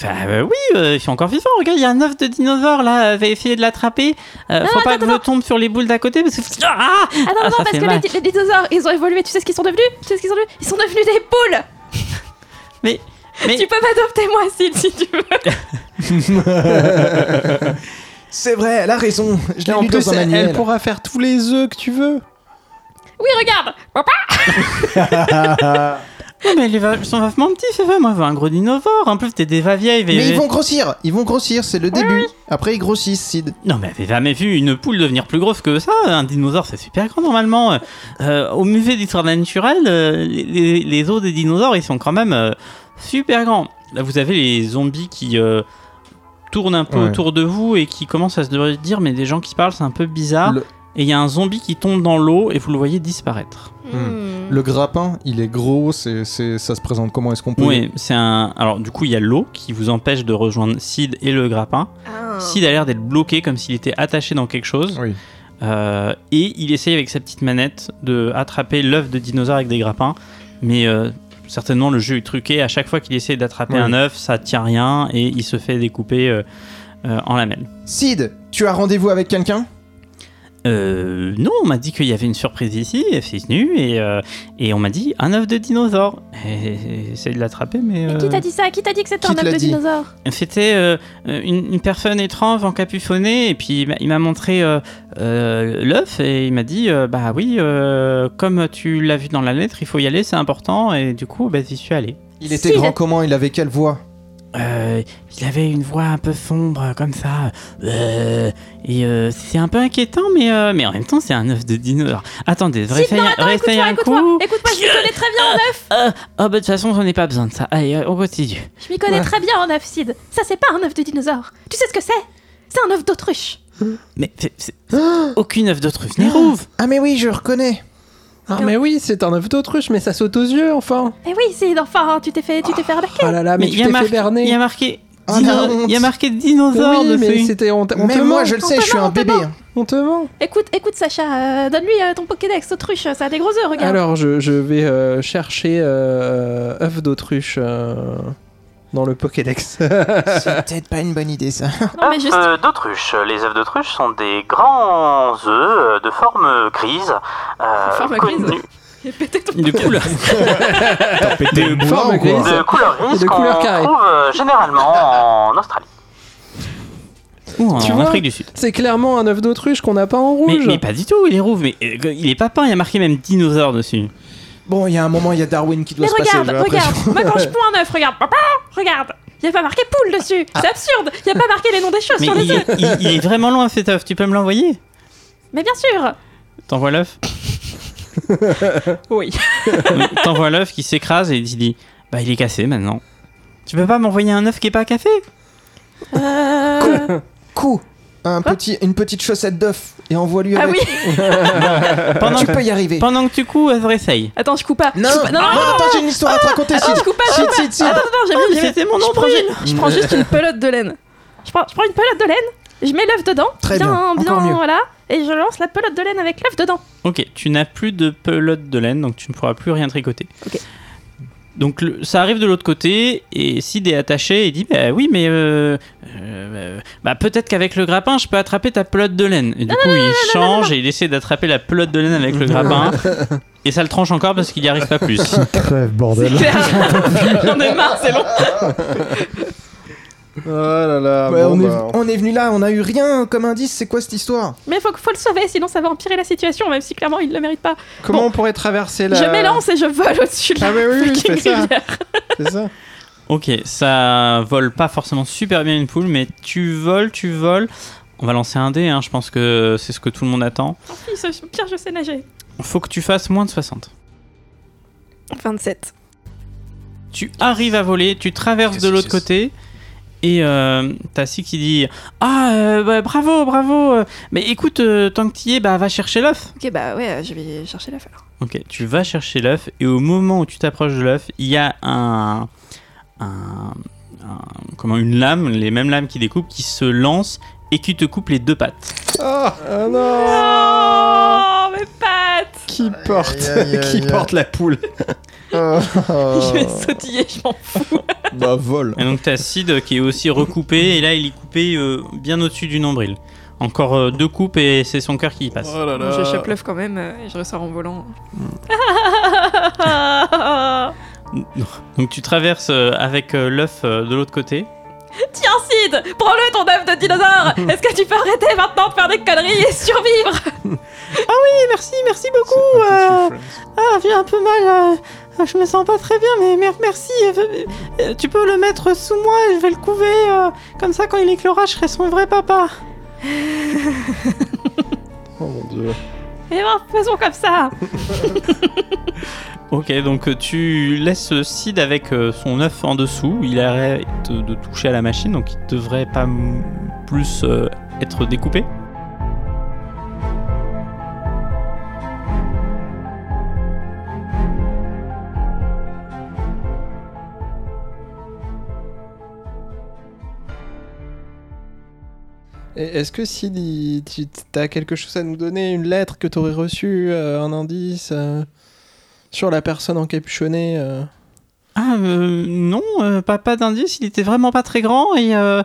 A: Bah euh, oui, euh, ils sont encore vivants. Regarde, il y a un œuf de dinosaure là. euh, Vais essayer de l'attraper. Euh, faut
D: non,
A: pas
D: attends,
A: que je tombe sur les boules d'à côté parce que. Ah
D: Ah non,
A: Ah,
D: non,
A: ça
D: parce
A: fait
D: que les,
A: mal.
D: di- les dinosaures, ils ont évolué. Tu sais ce qu'ils sont devenus Tu sais ce qu'ils sont devenus Ils sont devenus des poules.
A: Mais- mais-
D: tu peux m'adopter moi, Sid, si tu veux.
C: C'est vrai, elle a raison. Je
E: Et
C: l'ai
E: en
C: lu
E: plus,
C: dans un
E: elle,
C: manuel.
E: elle pourra faire tous les œufs que tu veux.
D: Oui, regarde. Papa.
A: Oui, mais les va- ils sont vachement petits, c'est vrai. Moi, je veux un gros dinosaure. En plus, t'es des va-vieilles.
C: Mais ils vont grossir, ils vont grossir, c'est le début. Après, ils grossissent, Sid.
A: Non, mais j'ai jamais vu une poule devenir plus grosse que ça. Un dinosaure, c'est super grand normalement. Euh, euh, au musée d'histoire naturelle, euh, les, les- les os des dinosaures, ils sont quand même euh, super grands. Là, vous avez les zombies qui euh, tournent un peu
F: Ouais.
A: autour de vous et qui commencent à se dire, mais des gens qui parlent, c'est un peu bizarre.
C: Le-
A: Et il y a un zombie qui tombe dans l'eau et vous le voyez disparaître.
B: Hmm.
D: Ah.
C: Hmm. Le grappin, il est gros, c'est, c'est- ça se présente comment Est-ce qu'on peut.
A: Oui, c'est un. Alors, du coup, il y a l'eau qui vous empêche de rejoindre Sid et le grappin.
D: Ah.
B: Oh.
A: Sid a l'air d'être bloqué comme s'il était attaché dans quelque chose.
C: Oui.
A: Euh, et il essaye avec sa petite manette de attraper l'œuf de dinosaure avec des grappins. Mais euh, certainement, le jeu est truqué. À chaque fois qu'il essaie d'attraper
F: Oui.
A: un œuf, ça tient rien et il se fait découper euh, euh, en lamelles.
C: Sid, tu as rendez-vous avec quelqu'un
A: Euh, non, on m'a dit qu'il y avait une surprise ici, et c'est venu, et, euh, et on m'a dit un œuf de dinosaure. Et- et Essaye de l'attraper, mais.
B: Mais
A: euh,
B: qui t'a dit ça Qui t'a dit que c'était
C: Qui
B: un
C: te
B: œuf
C: l'a
B: de
C: dit
B: dinosaure
A: C'était euh, euh, une, une personne étrange encapuchonnée et puis il m'a- il m'a montré euh, euh, l'œuf et il m'a dit euh, bah oui euh, comme tu l'as vu dans la lettre il faut y aller c'est important et du coup bah, j'y suis allé.
C: Il était
D: Sid.
C: grand comment Il avait quelle voix
A: Euh, il avait une voix un peu sombre comme ça Euh, et euh, c'est un peu inquiétant mais euh, mais en même temps c'est un œuf de dinosaure. Attendez,
D: Sid,
A: réessaye
D: non, attends,
A: réessaye
D: écoute-moi,
A: un
D: écoute-moi, Eh
A: coup.
D: écoute-moi, je m'y connais très bien en œuf.
A: Euh, oh bah de toute façon j'en ai pas besoin de ça. Allez euh, on continue.
D: Je m'y connais très bien en œuf, Sid. Ça, c'est pas un œuf de dinosaure. Tu sais ce que c'est C'est un œuf d'autruche.
A: Mais c'est- c'est- aucune œuf d'autruche n'y trouve.
C: Ah, mais oui, je reconnais.
E: Ah mais oui, c'est un œuf d'autruche, mais ça saute aux yeux enfin.
D: Eh oui, Sid, enfin, tu t'es fait, tu t'es fait arnaquer.
E: Oh là là, mais,
A: il
E: tu
A: y, a
E: t'es
A: marqué-
E: fait berner.
A: il y a marqué.
C: Ah, la
A: dino-
C: honte.
A: il y a marqué dinosaure
E: Oui, mais
A: dessus.
E: c'était honte- on, te
C: Même moi,
E: ment,
C: je le
D: on
C: sais,
D: te
C: je suis
D: ment,
C: un
D: on te
C: bébé.
D: ment.
C: hein.
E: on te ment.
D: Écoute, écoute, Sacha, euh, donne-lui euh, ton Pokédex, autruche, ça a des gros œufs, regarde.
E: Alors je, je vais euh, chercher euh, œuf d'autruche euh, dans le Pokédex.
C: C'est peut-être pas une bonne idée, ça.
D: non, mais juste.
G: œufs d'autruche. Les œufs d'autruche sont des grands œufs euh, de forme euh, grise. euh,
D: Forme grise.
G: connus-
A: De couleur.
F: quoi.
E: Forme grise.
G: De couleur
E: Et
G: grise
E: de
G: qu'on
E: couleur carrée.
G: trouve euh, généralement en Australie.
A: Ou en
E: Tu vois
A: Afrique du Sud.
E: C'est clairement un œuf d'autruche qu'on n'a pas en
A: Mais,
E: rouge.
A: mais pas du tout, il est rouge. Mais euh, il est pas peint, il y a marqué même dinosaure dessus.
C: Bon, il y a un moment, il y a Darwin qui doit
D: Mais
C: se passer.
D: regarde,
C: j'ai
D: regarde,
C: l'impression.
D: moi quand je prends un œuf, regarde, papa, regarde, y a pas marqué poule dessus, c'est absurde, y a pas marqué les noms des choses
A: Mais
D: sur les
A: il,
D: œufs.
A: il- il est vraiment loin cet œuf, tu peux me l'envoyer
D: Mais bien sûr
A: T'envoies l'œuf Oui,
D: Oui.
A: T'envoies l'œuf qui s'écrase et il dit Bah il est cassé maintenant. Tu peux pas m'envoyer un œuf qui est pas cassé
D: Euh...
C: Coup, un petit, une petite chaussette d'œuf et envoie-lui
D: Ah
C: avec.
D: oui
E: Euh,
A: pendant,
C: Tu peux y arriver.
A: pendant que tu couds, elle réessaye.
D: Attends, je coupe pas.
C: Non,
D: Je coupe pas. non, non, non, non,
C: attends, j'ai une histoire à te raconter,
D: attends,
C: Sid.
D: je coupe pas, je
C: Sid,
D: coupe pas.
C: Sid, Sid.
D: Attends, attends, j'ai
A: Ah, mais
D: bien, j'ai Euh.
A: c'était mon
D: je prends,
A: nombril.
D: ju- je prends juste une pelote de laine. Je prends, je prends une pelote de laine, je mets l'œuf dedans,
C: Très bien,
D: bien,
C: encore mieux.
D: voilà, et je lance la pelote de laine avec l'œuf dedans.
A: Ok, tu n'as plus de pelote de laine, donc tu ne pourras plus rien tricoter.
D: Ok.
A: Donc le- ça arrive de l'autre côté, et Sid est attaché et dit Bah oui, mais euh, euh, bah, peut-être qu'avec le grappin, je peux attraper ta pelote de laine. Et du coup, il change et il essaie d'attraper la pelote de laine avec le grappin, et ça le tranche encore parce qu'il n'y arrive pas plus.
F: Crève, bordel.
D: J'en ai marre, c'est long.
F: Oh là là,
C: Ouais,
F: bon,
C: on, est,
F: bah,
C: on est venu là, on a eu rien comme indice, c'est quoi cette histoire
D: Mais faut, que- faut le sauver, sinon ça va empirer la situation, même si clairement il le mérite pas.
E: Comment on pourrait traverser la
D: Je m'élance et je vole au-dessus de la
E: Ah mais oui, oui,
D: fucking
E: fais ça,
D: rivière.
E: c'est ça.
A: Ok, ça vole pas forcément super bien une poule, mais tu voles, tu voles. On va lancer un dé, hein, je pense que c'est ce que tout le monde attend.
D: Tant pis, ce- Pire, je sais nager.
A: Faut que tu fasses moins de 60.
D: 27.
A: Tu arrives à voler, tu traverses de l'autre côté. Et euh, t'as Si qui dit Ah, euh, bah, bravo, bravo. euh, Mais écoute, euh, tant que t'y es, bah, va chercher l'œuf.
D: Ok, bah ouais, euh, je vais chercher la fleur.
A: Ok, tu vas chercher l'œuf. Et au moment où tu t'approches de l'œuf, il y a un, un- un- Comment Une lame, les mêmes lames qui découpent, qui se lance et qui te coupe les deux pattes.
E: Oh,
F: Ah, ah non
D: Oh, mes pattes
F: Qui porte
C: aïe, aïe, aïe,
F: Qui
C: aïe.
F: porte la poule
E: Oh.
D: Je vais sautiller, je m'en fous.
F: Bah vol.
A: Et donc t'as Sid qui est aussi recoupé. Et là, il est coupé euh, bien au-dessus du nombril. Encore euh, deux coupes et c'est son cœur qui y passe.
F: là
D: Bon, Je chope l'œuf quand même euh, et je ressors en volant.
A: Donc tu traverses euh, avec euh, l'œuf euh, de l'autre côté.
D: Tiens, Sid Prends-le ton œuf de dinosaure Est-ce que tu peux arrêter maintenant de faire des conneries et survivre
H: Merci, merci beaucoup. euh, ah, j'ai un peu mal. euh, je me sens pas très bien, mais mer- merci. euh, euh, tu peux le mettre sous moi et je vais le couver. euh, comme ça, quand il éclora, je serai son vrai papa.
F: Oh mon dieu.
D: Et ben, faisons comme ça
A: Ok, donc euh, tu laisses euh, Sid avec euh, son œuf en dessous. Il arrête de toucher à la machine, donc il devrait pas m- plus euh, être découpé.
E: Et Est-ce que si di- tu as quelque chose à nous donner, une lettre que tu aurais reçue, euh, un indice euh, sur la personne encapuchonnée euh,
A: Ah euh, non, euh, pas, pas d'indice, il était vraiment pas très grand et, euh,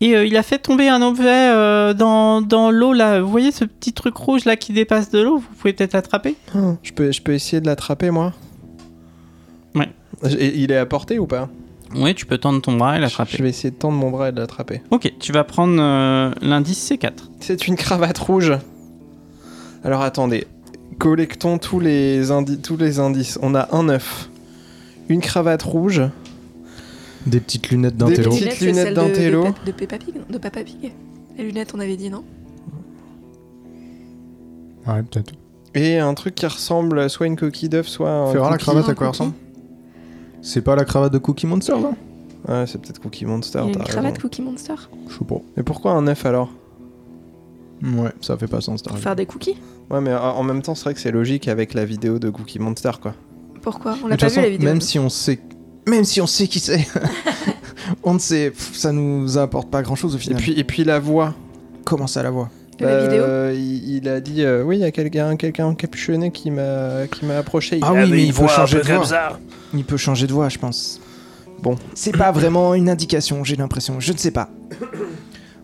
A: et euh, il a fait tomber un objet euh, dans, dans l'eau là. Vous voyez ce petit truc rouge là qui dépasse de l'eau Vous pouvez peut-être l'attraper
C: Hmm.
E: Hum, je, peux, je peux essayer de l'attraper, moi
A: Ouais.
E: Et il est à portée ou pas
A: Oui, tu peux tendre ton bras et
E: Je
A: l'attraper.
E: vais essayer de tendre mon bras et de l'attraper.
A: Ok, tu vas prendre euh, l'indice C4.
E: C'est une cravate rouge. Alors attendez, collectons tous les, indi- tous les indices. On a un œuf, une cravate rouge,
C: Des petites lunettes
E: Des
C: d'intello.
E: petites- lunettes d'un télo.
D: de, de Peppa Pig, non De Papa Pig Les lunettes, on avait dit, non
F: Ouais, peut-être.
E: et un truc qui ressemble à soit une coquille d'œuf, soit un.
C: Fais voir la
E: cookie.
C: cravate à quoi elle
D: Un
C: ressemble. C'est pas la cravate de Cookie Monster là
E: Ouais, c'est peut-être Cookie Monster.
D: Il y a
E: t'as
D: une
E: raison.
D: cravate Cookie Monster
C: Je sais pas.
E: Mais pourquoi un œuf alors
C: Ouais, ça fait pas sens. t'as
D: pour
C: raison.
D: faire des cookies
E: Ouais, mais euh, en même temps, c'est vrai que c'est logique avec la vidéo de Cookie Monster, quoi.
D: Pourquoi On
C: Mais
D: l'a
C: de
D: pas
C: toute
D: vu
C: façon,
D: la vidéo.
C: Même si on sait, même si on sait qui c'est, on ne sait, pff, ça nous apporte pas grand chose au
E: Et
C: final.
E: puis, et puis la voix.
C: comment ça la voix
D: La
E: Euh,
D: vidéo
E: il, il a dit euh, Oui, il y a quelqu'un quelqu'un encapuchonné qui m'a qui m'a approché. Il-
C: Ah oui, mais il faut changer de voix.
G: ça.
C: Il peut changer de voix, je pense. Bon, c'est pas vraiment une indication, j'ai l'impression. Je ne sais pas.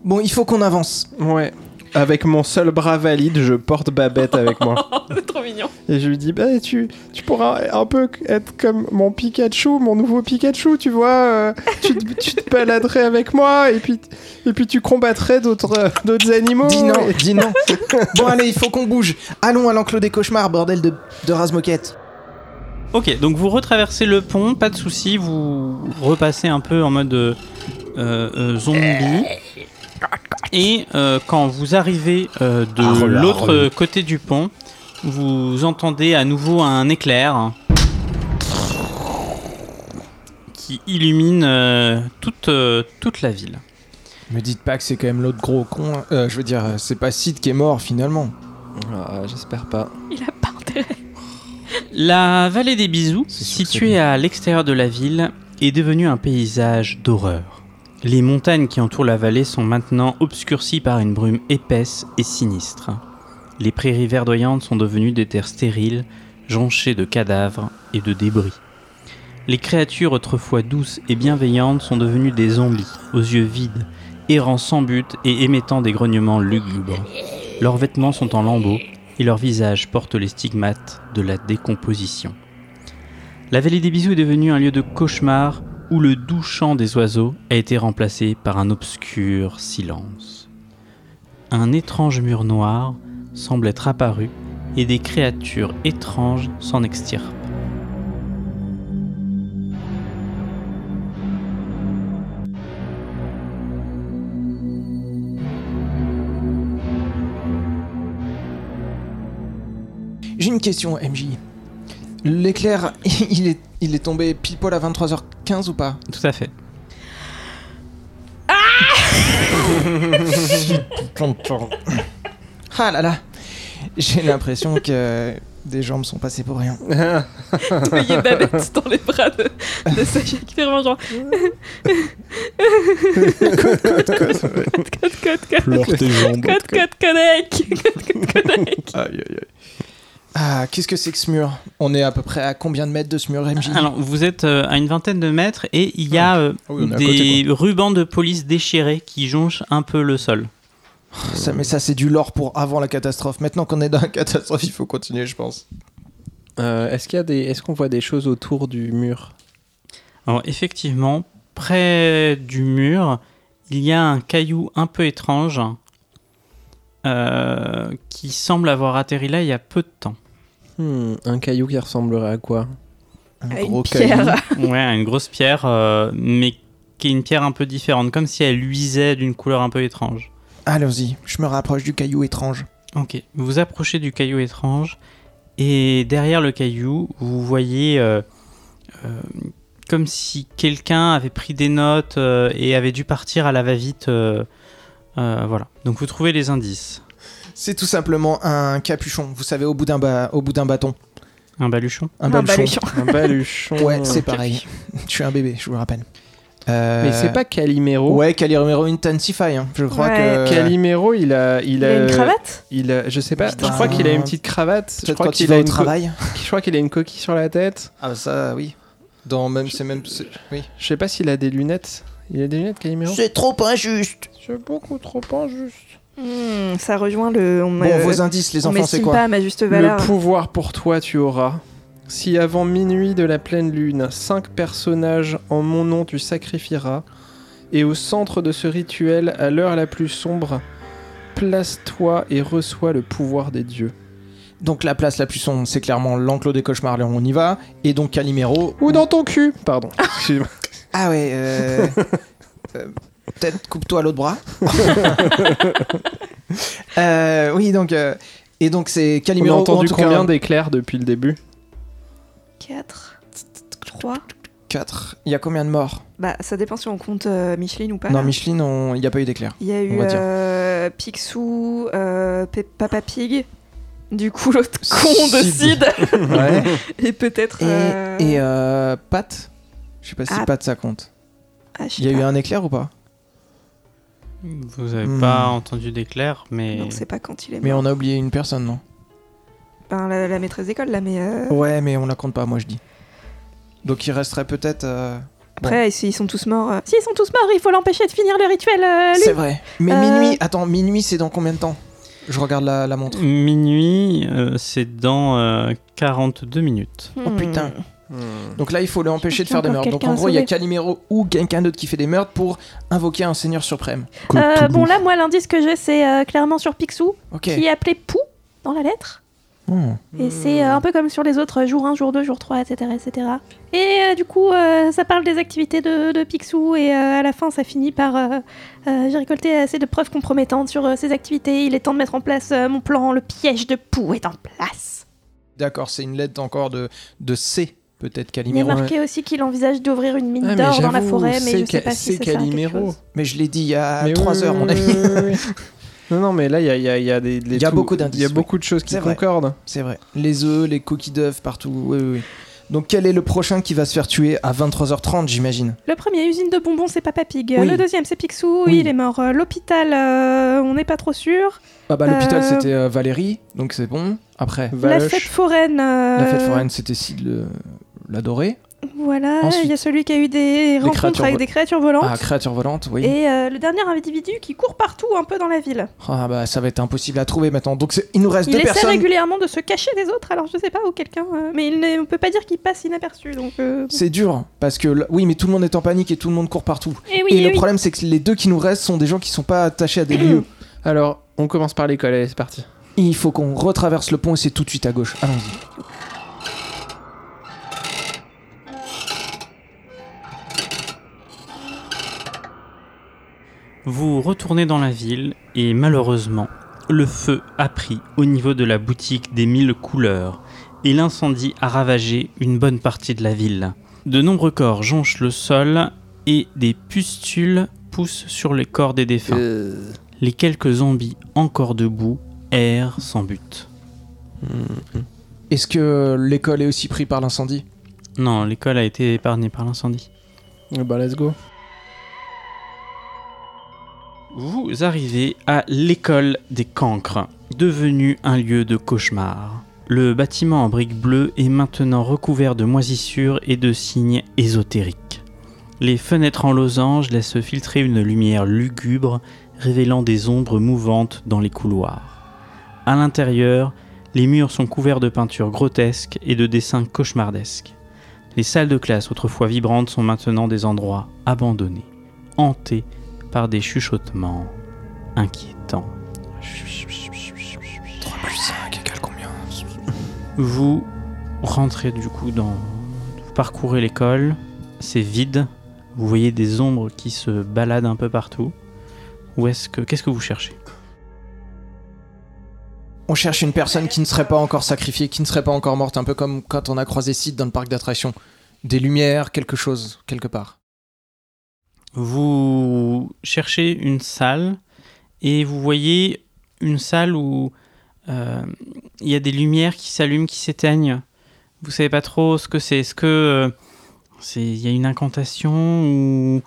C: Bon, il faut qu'on avance.
E: Ah, Ouais. Avec mon seul bras valide, je porte Babette avec moi.
D: C'est trop mignon
F: Et je lui dis, bah tu, tu pourras un peu être comme mon Pikachu, mon nouveau Pikachu, tu vois. euh, tu, te, tu te baladerais avec moi et puis, et puis tu combattrais d'autres euh, d'autres animaux.
D: Oh,
C: Dis non,
F: Et-
C: dis non. bon, allez, il faut qu'on bouge. Allons à l'enclos des cauchemars, bordel de, de Razmoquette.
A: Ok, donc vous retraversez le pont, pas de souci, vous repassez un peu en mode euh, euh, zombie. Et euh, quand vous arrivez euh, de l'autre côté du pont, vous entendez à nouveau un éclair qui illumine euh, toute, euh, toute la ville.
C: Me dites pas que c'est quand même l'autre gros con. Euh, je veux dire, euh, c'est pas Sid qui est mort finalement.
E: Ah, J'espère pas.
D: Il a pas intérêt.
A: La vallée des bisous,
C: C'est sûr que
A: située
C: c'est
A: à l'extérieur de la ville, est devenue un paysage d'horreur. Les montagnes qui entourent la vallée sont maintenant obscurcies par une brume épaisse et sinistre. Les prairies verdoyantes sont devenues des terres stériles, jonchées de cadavres et de débris. Les créatures autrefois douces et bienveillantes sont devenues des zombies, aux yeux vides, errant sans but et émettant des grognements lugubres. Leurs vêtements sont en lambeaux, et leur visage porte les stigmates de la décomposition. La vallée des bisous est devenue un lieu de cauchemar où le doux chant des oiseaux a été remplacé par un obscur silence. Un étrange mur noir semble être apparu et des créatures étranges s'en extirpent.
C: J'ai une question, MJ. L'éclair, il est, il est tombé pile poil à 23h15 ou pas
A: Tout à fait.
C: Ah là là J'ai l'impression que des gens me sont passés pour rien.
D: Payez Babette dans les bras de, de Sacha qui fait vraiment genre. Code, code, code,
I: Pleure tes jambes.
D: code, code, codec. Code, code, codec.
E: Aïe, aïe, aïe.
C: Ah, qu'est-ce que c'est que ce mur On est à peu près à combien de mètres de ce mur, MJ
A: Alors, vous êtes euh, à une vingtaine de mètres et il y a euh,
C: Ah oui, on est à
A: des
C: côté,
A: rubans de police déchirés qui jonchent un peu le sol.
C: ça, Mais ça, c'est du lore pour avant la catastrophe. Maintenant qu'on est dans la catastrophe, il faut continuer, je pense.
E: Euh, est-ce qu'il y a des, est-ce qu'on voit des choses autour du mur
A: Alors, effectivement, près du mur, il y a un caillou un peu étrange euh, qui semble avoir atterri là il y a peu de temps.
E: Hmm, Un caillou qui ressemblerait à quoi
C: Un
D: Une pierre.
A: Ouais, une grosse pierre, euh, mais qui est une pierre un peu différente, comme si elle luisait d'une couleur un peu étrange.
C: Allons-y, je me rapproche du caillou étrange.
A: Ok, vous vous approchez du caillou étrange et derrière le caillou, vous voyez euh, euh, comme si quelqu'un avait pris des notes euh, et avait dû partir à la va-vite. euh, euh, voilà, donc vous trouvez les indices.
C: C'est tout simplement un capuchon, vous savez, au bout d'un ba- au bout d'un bâton.
A: Un baluchon
C: Un
D: Un
C: baluchon.
D: baluchon.
E: Un baluchon.
C: Ouais, c'est pareil. Je suis un bébé, je vous le rappelle. Euh,
E: Mais c'est pas Calimero.
C: Ouais, Calimero Intensify, hein. je crois
D: Ouais.
C: que...
E: Calimero, il a, il
D: Il
E: a, euh,
D: a une cravate
E: il a- je sais pas.
C: Putain.
E: Je crois qu'il a une petite cravate. Je
C: Peut-être
E: crois
C: quand il
E: qu'il
C: va
E: a
C: au
E: une co-
C: travail.
E: Je crois qu'il a une coquille sur la tête.
C: Ah bah ça, oui. Dans même, c'est même... c'est- Oui.
E: Je sais pas s'il a des lunettes. Il a des lunettes, Calimero.
C: C'est trop injuste
F: C'est beaucoup trop injuste.
D: Hmm, Ça rejoint le. On
C: Bon,
D: me-
C: vos indices, les
D: on
C: enfants, c'est
D: m'estime
C: quoi
D: pas à ma juste
E: Le
D: valeur.
E: pouvoir pour toi tu auras. Si avant minuit de la pleine lune, cinq personnages en mon nom tu sacrifieras, et au centre de ce rituel, à l'heure la plus sombre, place-toi et reçois le pouvoir des dieux.
C: Donc la place la plus sombre, c'est clairement l'enclos des cauchemars, là on y va. Et donc Calimero...
E: Ou dans ton cul, pardon. Excuse-moi.
C: Ah ouais, euh... euh, Peut-être coupe-toi l'autre bras. Euh, oui, donc... euh, Et donc c'est
E: On a
C: Calimero... ou en
E: entendu
C: tout cas,
E: combien d'éclairs depuis le début
D: 4, 3.
C: Quatre. Il y a combien de morts
D: Bah, ça dépend si on compte euh, Micheline ou pas.
C: Non,
D: là.
C: Micheline, on- il n'y a pas eu d'éclair.
D: Il y a
C: on
D: eu
C: va dire.
D: euh, Picsou, euh, Pe- Papa Pig, du coup l'autre con de
C: Sid.
D: Sid,
C: Ouais.
D: et peut-être.
C: Et,
D: euh,
C: et euh, Pat Je sais pas si
D: Ah.
C: Pat ça compte.
D: ah, je sais
C: Il y a eu
D: pas.
C: un éclair ou pas
A: Vous avez
C: Hmm.
A: pas entendu d'éclair, mais
D: Non, c'est pas quand il est
C: Mais
D: mort.
C: on a oublié une personne, non
D: Ben, la, la maîtresse d'école là, mais euh,
C: Ouais, mais on la compte pas, moi je dis. Donc il resterait peut-être. euh,
D: après s'ils sont tous morts. euh, S'ils sont tous morts, il faut l'empêcher de finir le rituel. euh, lui.
C: C'est vrai. Mais
D: Euh,
C: minuit, attends, minuit c'est dans combien de temps Je regarde la, la montre.
A: minuit, euh, c'est dans euh, 42 minutes.
C: Oh
D: Hmm.
C: putain. Donc là, il faut l'empêcher de
B: qu'il y
C: faire
B: a
C: des
B: encore
C: meurtres. Donc
B: quelqu'un
C: en
B: à
C: gros, il y a
B: sauver.
C: Calimero ou quelqu'un d'autre qui fait des meurtres pour invoquer un seigneur suprême.
I: Côte
D: Euh,
I: tout
D: bon
I: bout.
D: là, moi l'indice que j'ai, c'est euh, clairement sur Picsou,
C: Ok.
D: qui est appelé Pou dans la lettre.
C: Hmm.
D: Et c'est euh, un peu comme sur les autres, euh, jour 1, jour 2, jour 3, etc. etc. Et euh, du coup, euh, ça parle des activités de, de Picsou et euh, à la fin, ça finit par euh, euh, J'ai récolté assez de preuves compromettantes sur euh, ces activités, il est temps de mettre en place euh, mon plan, le piège de Pou est en place.
C: D'accord, c'est une lettre encore de, de C, peut-être
D: Il est
C: Calimero.
D: marqué aussi qu'il envisage d'ouvrir une mine
E: Ah, mais
D: d'or dans la
E: j'avoue,
D: forêt, mais
E: c'est
D: je sais
E: ca-
D: pas si
E: c'est
D: ça sert à quelque
E: Calimero.
D: chose.
C: Mais je l'ai dit il y a
E: Mais
C: 3
E: oui,
C: heures, mon
E: oui,
C: ami.
E: oui, oui. Non, non, mais là, il y a, il y a- il y a des. des
C: Il y a
E: tout-
C: beaucoup d'indices,
E: Il y a
C: oui.
E: beaucoup de choses qui
C: C'est vrai.
E: concordent.
C: C'est vrai. Les œufs, les coquilles d'œufs partout. Oui, oui, oui. Donc quel est le prochain qui va se faire tuer à 23h30, j'imagine
D: Le premier, usine de bonbons, c'est Papa Pig.
C: Oui.
D: Le deuxième, c'est Picsou,
C: Oui.
D: il est mort. Euh, L'hôpital, euh, on n'est pas trop sûr.
C: Ah bah l'hôpital
D: Euh,
C: c'était euh, Valérie, donc c'est bon. Après,
D: La
E: Valoche.
D: fête foraine. euh,
C: la fête foraine c'était Sid le- l'adoré.
D: Voilà,
C: Ensuite.
D: il y a celui qui a eu des, rencontres
C: créatures
D: avec
C: vo-
D: des créatures volantes.
C: Ah, créature volante, oui.
D: Et euh, le dernier individu qui court partout un peu dans la ville.
C: Ah bah ça va être impossible à trouver maintenant. Donc c'est- il nous reste
D: Il
C: deux
D: essaie
C: personnes.
D: régulièrement de se cacher des autres, alors je sais pas, ou quelqu'un. euh, mais il n'est- on peut pas dire qu'il passe inaperçu, donc. euh,
C: C'est dur hein, parce que là- oui, mais tout le monde est en panique et tout le monde court partout.
D: Eh oui,
C: et
D: eh
C: le
D: oui.
C: problème c'est que les deux qui nous restent sont des gens qui sont pas attachés à des lieux.
E: Alors, on commence par l'école, allez, c'est parti.
C: Il faut qu'on retraverse le pont et c'est tout de suite à gauche. Allons-y.
A: Vous retournez dans la ville et malheureusement, le feu a pris au niveau de la boutique des mille couleurs et l'incendie a ravagé une bonne partie de la ville. De nombreux corps jonchent le sol et des pustules poussent sur les corps des défunts. Les quelques zombies encore debout errent sans but.
C: Est-ce que l'école est aussi prise par l'incendie
A: Non, l'école a été épargnée par l'incendie.
E: Ah,
F: Bah, let's go.
A: Vous arrivez à l'école des cancres, devenue un lieu de cauchemar. Le bâtiment en briques bleues est maintenant recouvert de moisissures et de signes ésotériques. Les fenêtres en losange laissent filtrer une lumière lugubre, révélant des ombres mouvantes dans les couloirs. À l'intérieur, les murs sont couverts de peintures grotesques et de dessins cauchemardesques. Les salles de classe autrefois vibrantes sont maintenant des endroits abandonnés, hantés par des chuchotements inquiétants.
C: 3 plus 5 égale combien
A: Vous rentrez du coup dans... Vous parcourez l'école, c'est vide, vous voyez des ombres qui se baladent un peu partout. Où est-ce que... Qu'est-ce que vous cherchez
C: On cherche une personne qui ne serait pas encore sacrifiée, qui ne serait pas encore morte, un peu comme quand on a croisé Sid dans le parc d'attractions. Des lumières, quelque chose, quelque part.
A: Vous cherchez une salle et vous voyez une salle où euh, il y a des lumières qui s'allument, qui s'éteignent. Vous savez pas trop ce que c'est. Est-ce que euh, c'est il y a une incantation ou,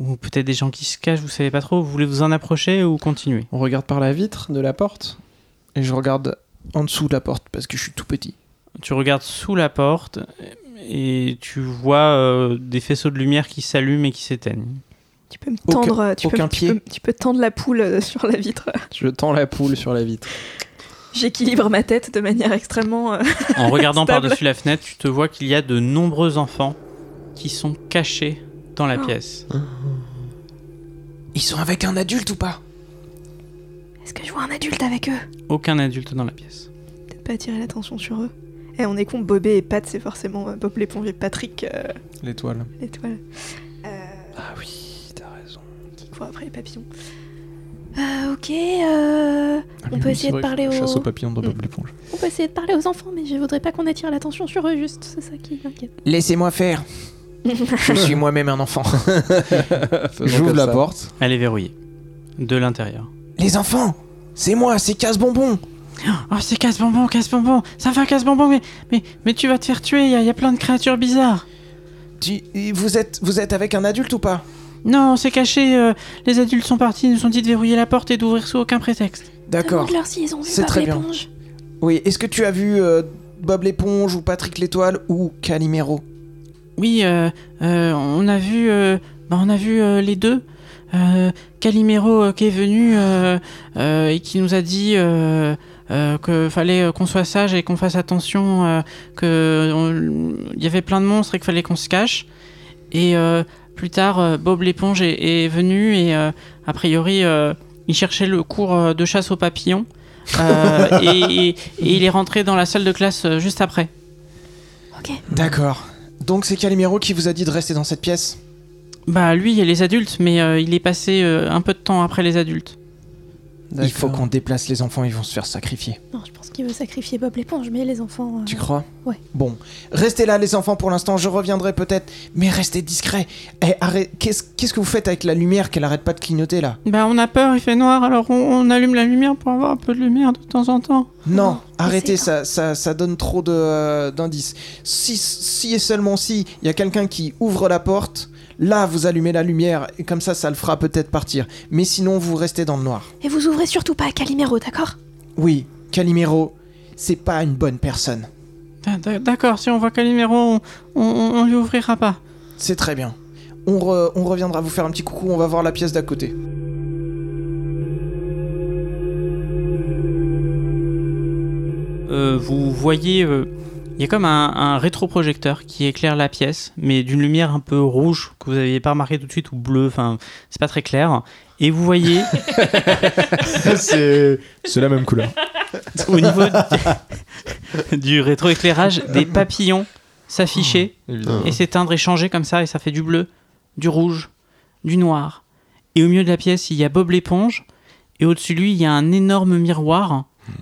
A: ou peut-être des gens qui se cachent. Vous savez pas trop. Vous voulez vous en approcher ou continuer
F: On regarde par la vitre de la porte.
C: Et je regarde en dessous de la porte parce que je suis tout petit.
A: Tu regardes sous la porte et tu vois euh, des faisceaux de lumière qui s'allument et qui s'éteignent.
D: Tu peux me
C: Aucun-
D: tendre, euh, tu, peux,
C: aucun
D: tu peux-
C: pied.
D: tu peux tendre la poule euh, sur la vitre.
F: Je tends la poule sur la vitre.
D: J'équilibre ma tête de manière extrêmement. euh,
A: En regardant
D: Stable.
A: par-dessus la fenêtre, tu te vois qu'il y a de nombreux enfants qui sont cachés dans la
D: Oh.
A: pièce.
C: Ils sont avec un adulte ou pas
D: Est-ce que je vois un adulte avec eux
A: Aucun adulte dans la pièce.
D: Peut-être pas attirer l'attention sur eux. Eh, on est con, Bobé et Pat, c'est forcément euh, Bob l'éponge et Patrick euh,
F: L'étoile.
D: l'étoile. Euh,
F: Ah oui, t'as raison.
D: qui court après les papillons. Euh, ok, euh,
E: Ah,
D: on peut essayer de parler aux.
F: papillon de
D: Bob
F: l'éponge.
D: On peut essayer de parler aux enfants, mais je voudrais pas qu'on attire l'attention sur eux, juste, c'est ça qui m'inquiète.
C: Laissez-moi faire. je suis moi-même un enfant. J'ouvre la porte.
A: Elle est verrouillée. De l'intérieur.
C: Les enfants C'est moi, c'est Casse-Bonbon
A: Oh, c'est casse-bonbon, casse-bonbon Ça va, casse-bonbon, mais, mais, mais tu vas te faire tuer, il y, a- y a plein de créatures bizarres.
C: Tu- vous, êtes, vous êtes avec un adulte ou pas
A: Non, on s'est caché, euh, les adultes sont partis, ils nous ont dit de verrouiller la porte et d'ouvrir sous aucun prétexte.
C: D'accord.
D: Demande-leur s'ils ont vu
C: C'est
D: Bob
C: très bien.
D: l'éponge.
C: Oui, est-ce que tu as vu euh, Bob l'éponge ou Patrick l'étoile ou Calimero
A: Oui, euh, euh, on a vu, euh, bah, on a vu euh, les deux. Euh, Calimero euh, qui est venu euh, euh, et qui nous a dit euh, euh, que fallait euh, qu'on soit sage et qu'on fasse attention, euh, que on- il y avait plein de monstres et qu'il fallait qu'on se cache. Et euh, plus tard, euh, Bob l'éponge est, est venu et euh, a priori, euh, il cherchait le cours euh, de chasse aux papillons. Euh, et, et- et il est rentré dans la salle de classe euh, juste après.
C: D'accord. Donc c'est Calimero qui vous a dit de rester dans cette pièce
A: Bah lui, il y a les adultes, mais euh, il est passé euh, un peu de temps après les adultes.
C: Il faut qu'on déplace les enfants, ils vont se faire sacrifier.
D: Non, je pense qu'il veut sacrifier Bob l'éponge, mais les enfants. euh,
C: Tu crois
D: Ouais.
C: Bon, restez là les enfants pour l'instant, je reviendrai peut-être, mais restez discrets. Eh, arrête, qu'est-ce qu'est-ce que vous faites avec la lumière qu'elle arrête pas de clignoter
H: Oh
C: là
A: Bah on a peur, il fait noir, alors on, on allume la lumière pour avoir un peu de lumière de temps en temps.
C: Non,
D: Non,
C: arrêtez,
D: essayons.
C: ça, ça, ça donne trop de, euh, d'indices. Si, si et seulement si il y a quelqu'un qui ouvre la porte, là vous allumez la lumière et comme ça ça le fera peut-être partir. Mais sinon vous restez dans le noir.
D: Et vous ouvrez surtout pas à Calimero, d'accord
C: Oui, Calimero, c'est pas une bonne personne.
A: D'a- Bah, d'a- D'accord, si on voit Calimero, on, on, on- on lui ouvrira pas.
C: C'est très bien. On, re- on reviendra vous faire un petit coucou, on va voir la pièce d'à côté.
A: Euh, vous voyez, euh, il y a comme un, un rétroprojecteur qui éclaire la pièce, mais d'une lumière un peu rouge que vous n'aviez pas remarqué tout de suite, ou bleu, enfin c'est pas très clair. Et vous voyez
I: c'est c'est la même couleur.
A: au niveau du- du rétroéclairage des papillons s'afficher. et s'éteindre et changer comme ça, et ça fait du bleu, du rouge, du noir. Et au milieu de la pièce, il y a Bob l'éponge, Et au-dessus de lui, il y a un énorme miroir.
C: Ah.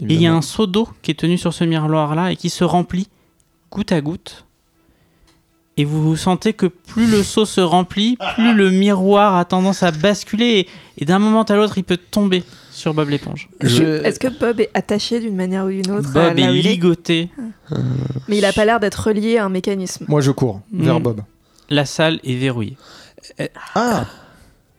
A: Et il y a un seau d'eau qui est tenu sur ce miroir-là et qui se remplit goutte à goutte. Et vous sentez que plus le seau se remplit, plus le miroir a tendance à basculer. Et, et d'un moment à l'autre, il peut tomber sur Bob l'éponge.
C: Euh,
D: Est-ce que Bob est attaché d'une manière ou d'une autre à
A: Bob
D: là
A: est
D: où il est
A: ligoté.
D: Mais il a pas l'air d'être relié à un mécanisme.
C: Moi, je cours vers
A: Mm.
C: Bob.
A: La salle est verrouillée.
C: Ah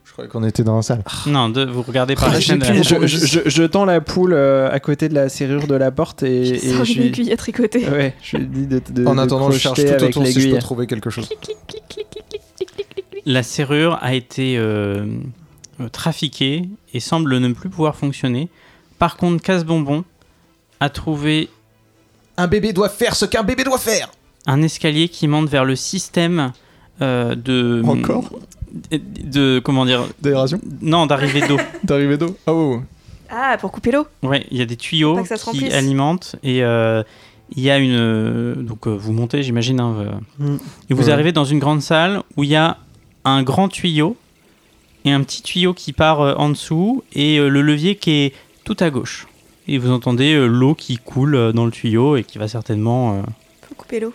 C: Je croyais qu'on était dans la salle.
A: Non, de- vous regardez par la
E: Je,
A: chaîne.
E: je, je- je- je tends la poule euh, à côté de la serrure de la porte et,
D: J'ai
E: et
D: sorti
E: je
D: une
E: lui
D: aiguille à tricoter.
E: ouais, je lui dis de, de-
C: En
E: de
C: attendant, je cherche
E: crocheter
C: tout
E: avec
C: autour si je
E: l'aiguille.
C: peux trouver quelque chose.
B: Clic, clic, clic, clic, clic, clic, clic, clic, clic, clic.
A: La serrure a été euh, euh, trafiquée et semble ne plus pouvoir fonctionner. Par contre, Casse-Bonbon a trouvé
C: Un bébé doit faire ce qu'un bébé doit faire
A: un escalier qui monte vers le système euh,
E: Mm.
A: de.
C: Encore
A: de, de- Comment dire
C: D'aération
A: Non, d'arrivée d'eau.
C: D'arrivée d'eau Ah ouais, ouais.
D: Ah, pour couper l'eau.
A: Ouais, il y a des tuyaux
D: Pas que ça se
A: qui
D: remplisse.
A: alimentent et euh, il y a une. euh, donc euh, vous montez, j'imagine. hein, euh,
E: Mm.
A: Et vous
C: Ouais.
A: arrivez dans une grande salle où il y a un grand tuyau et un petit tuyau qui part euh, en dessous et euh, le levier qui est tout à gauche. Et vous entendez euh, l'eau qui coule euh, dans le tuyau et qui va certainement. euh,
D: Faut couper l'eau.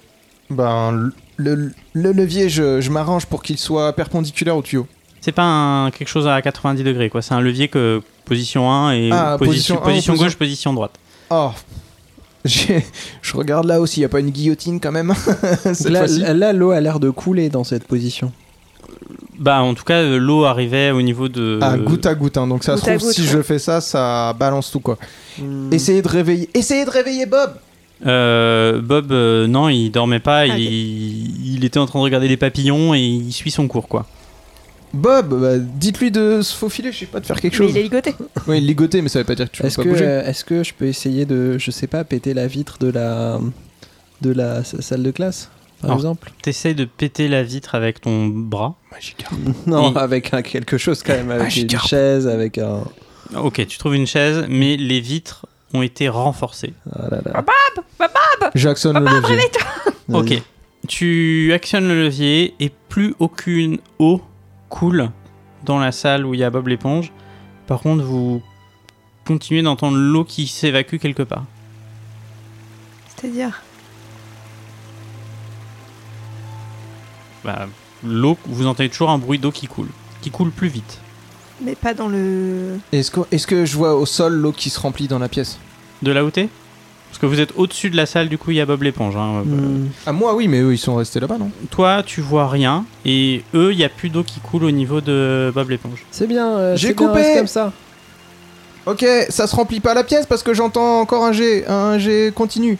C: Ben, le, le- le levier, je, je m'arrange pour qu'il soit perpendiculaire au tuyau.
A: C'est pas un, quelque chose à 90 degrés, quoi. C'est un levier que position 1 et
C: Ah,
A: position,
C: position un,
A: position
C: position-
A: gauche, position droite.
C: Oh J'ai- Je regarde là aussi, y a pas une guillotine quand même cette
E: Là-
C: fois-ci.
E: Là, l'eau a l'air de couler dans cette position.
A: Bah, en tout cas, euh, l'eau arrivait au niveau de.
E: Euh.
C: Ah, goutte à goutte, hein. donc ça se
D: Goutte à
C: trouve, si
D: goutte,
C: je fais ça, ça balance tout quoi.
E: hmm.
C: Essayez de réveiller. Essayez de réveiller Bob
A: Euh, Bob, euh, non, il dormait pas.
D: ok.
A: il, il était en train de regarder les papillons et il suit son cours, quoi.
C: Bob, bah, dites-lui de se faufiler, je sais pas, de faire quelque
D: Mais
C: chose.
D: il est ligoté.
C: Oui, ligoté, mais ça veut pas dire que tu peux
E: Est-ce
C: pas
E: que,
C: bouger.
E: euh, est-ce que je peux essayer de, je sais pas, péter la vitre de la, de la s- salle de classe, par
A: Non.
E: exemple
A: T'essayes de péter la vitre avec ton bras.
E: Non,
A: Et-
E: avec un quelque chose quand même,
D: Ah,
E: avec une
C: Magikarp.
E: chaise, avec un.
A: Ok, tu trouves une chaise, mais les vitres ont été renforcées.
E: Ah là là.
C: Jackson le levier.
A: Ok. Tu actionnes le levier et plus aucune eau coule dans la salle où il y a Bob l'éponge. Par contre, vous continuez d'entendre l'eau qui s'évacue quelque part.
D: C'est-à-dire.
A: Bah, l'eau, vous entendez toujours un bruit d'eau qui coule, qui coule plus vite.
D: Mais pas dans le.
C: Est-ce que, est-ce que je vois au sol l'eau qui se remplit dans la pièce
A: De là où t'es Parce que vous êtes au-dessus de la salle, du coup, il y a Bob l'éponge. hein. Euh,
E: Hmm.
C: Ah, moi oui, mais eux ils sont restés là-bas, non
A: Toi, tu vois rien, et eux, il n'y a plus d'eau qui coule au niveau de Bob l'éponge.
E: C'est bien. euh,
C: J'ai
E: c'est bien,
C: coupé
E: reste comme ça.
C: Ok, ça se remplit pas la pièce parce que j'entends encore un G, un G continu.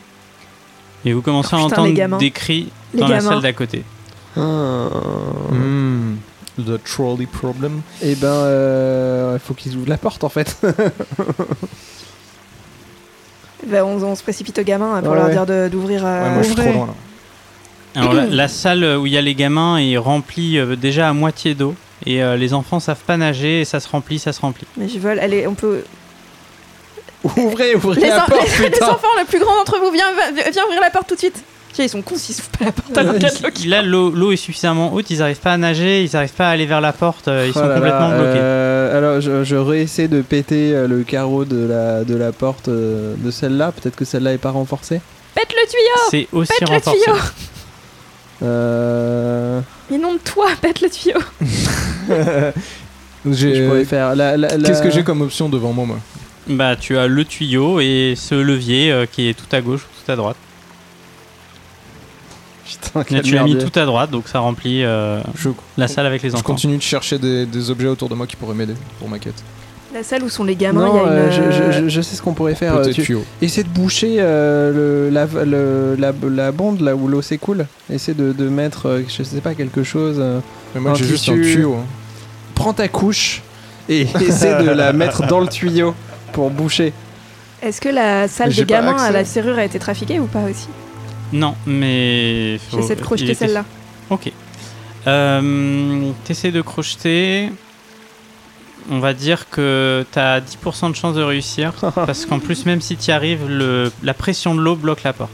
A: Et vous commencez
D: Oh,
A: à
D: putain, les
A: entendre
D: gamins.
A: des cris
D: Les
A: dans la
D: gamins.
A: salle d'à côté.
E: Ah.
I: Hmm.
C: The trolley problem.
E: Et ben, euh, faut qu'ils ouvrent la porte en fait.
D: Bah, on, on se précipite aux gamins hein, pour
E: Ouais,
D: leur
E: ouais.
D: dire de- d'ouvrir. euh,
C: Ouais, moi je suis trop loin là.
A: Alors, la, la salle où il y a les gamins est remplie euh, déjà à moitié d'eau, et euh, les enfants savent pas nager, et ça se remplit, ça se remplit.
D: Mais je vole. Allez, on peut.
E: ouvrez, ouvrez
D: Les,
E: la
D: en-
E: porte,
D: les
E: putain.
D: enfants, le plus grand d'entre vous, viens, va- viens ouvrir la porte tout de suite. Tiens, Ils sont cons s'ils s'ouvrent pas la porte. alors qu'il y a de l'eau qui-
A: Là, l'eau l'eau est suffisamment haute, ils n'arrivent pas à nager, ils n'arrivent pas à aller vers la porte, euh, ils sont
E: Oh là là,
A: complètement bloqués.
E: euh, alors je, je réessaie de péter euh, le carreau de la, de la porte euh, de celle-là. Peut-être que celle-là est pas renforcée.
D: Pète le tuyau
A: C'est aussi
D: Pète le
A: renforcé.
D: tuyau
E: Euh...
D: Mais non de toi, pète le tuyau
E: Je pourrais
C: J'ai...
E: faire. La, la, la-
C: euh, Qu'est-ce que j'ai comme option devant moi, moi
A: Bah, tu as le tuyau et ce levier euh, qui est tout à gauche ou tout à droite.
E: Putain,
A: Là,
E: quelle
A: tu l'as mis
E: merde.
A: tout à droite, donc ça remplit euh,
C: Je,
A: la salle avec les
C: je
A: enfants.
C: continue de chercher des, des objets autour de moi qui pourraient m'aider pour ma quête.
D: La salle où sont les gamins, il y
E: Non,
D: a une...
E: euh, je, je-
D: euh,
E: je- je sais ce qu'on pourrait faire.
C: Peut-être
E: euh, tu-
C: tuyau.
E: Essaie de boucher euh, le, la, le- la, la bande là où l'eau s'écoule. Essaie de, de mettre, euh, je sais pas, quelque chose. euh,
C: Mais moi
E: un
C: j'ai juste un
E: tissu.
C: tuyau. hein.
E: Prends ta couche et essaie de la mettre dans le tuyau pour boucher.
D: Est-ce que la salle
C: J'ai
D: des
C: pas
D: gamins à
C: accès.
D: la serrure a été trafiquée ou pas aussi
A: Non, mais.
C: Oh,
A: faut-
D: J'essaie de
A: il
D: crocheter
A: était-
D: celle-là.
A: Ok. Euh, T'essaies de crocheter. On va dire que t'as 10% de chance de réussir. parce qu'en plus, même si t'y arrives, le- la pression de l'eau bloque la porte.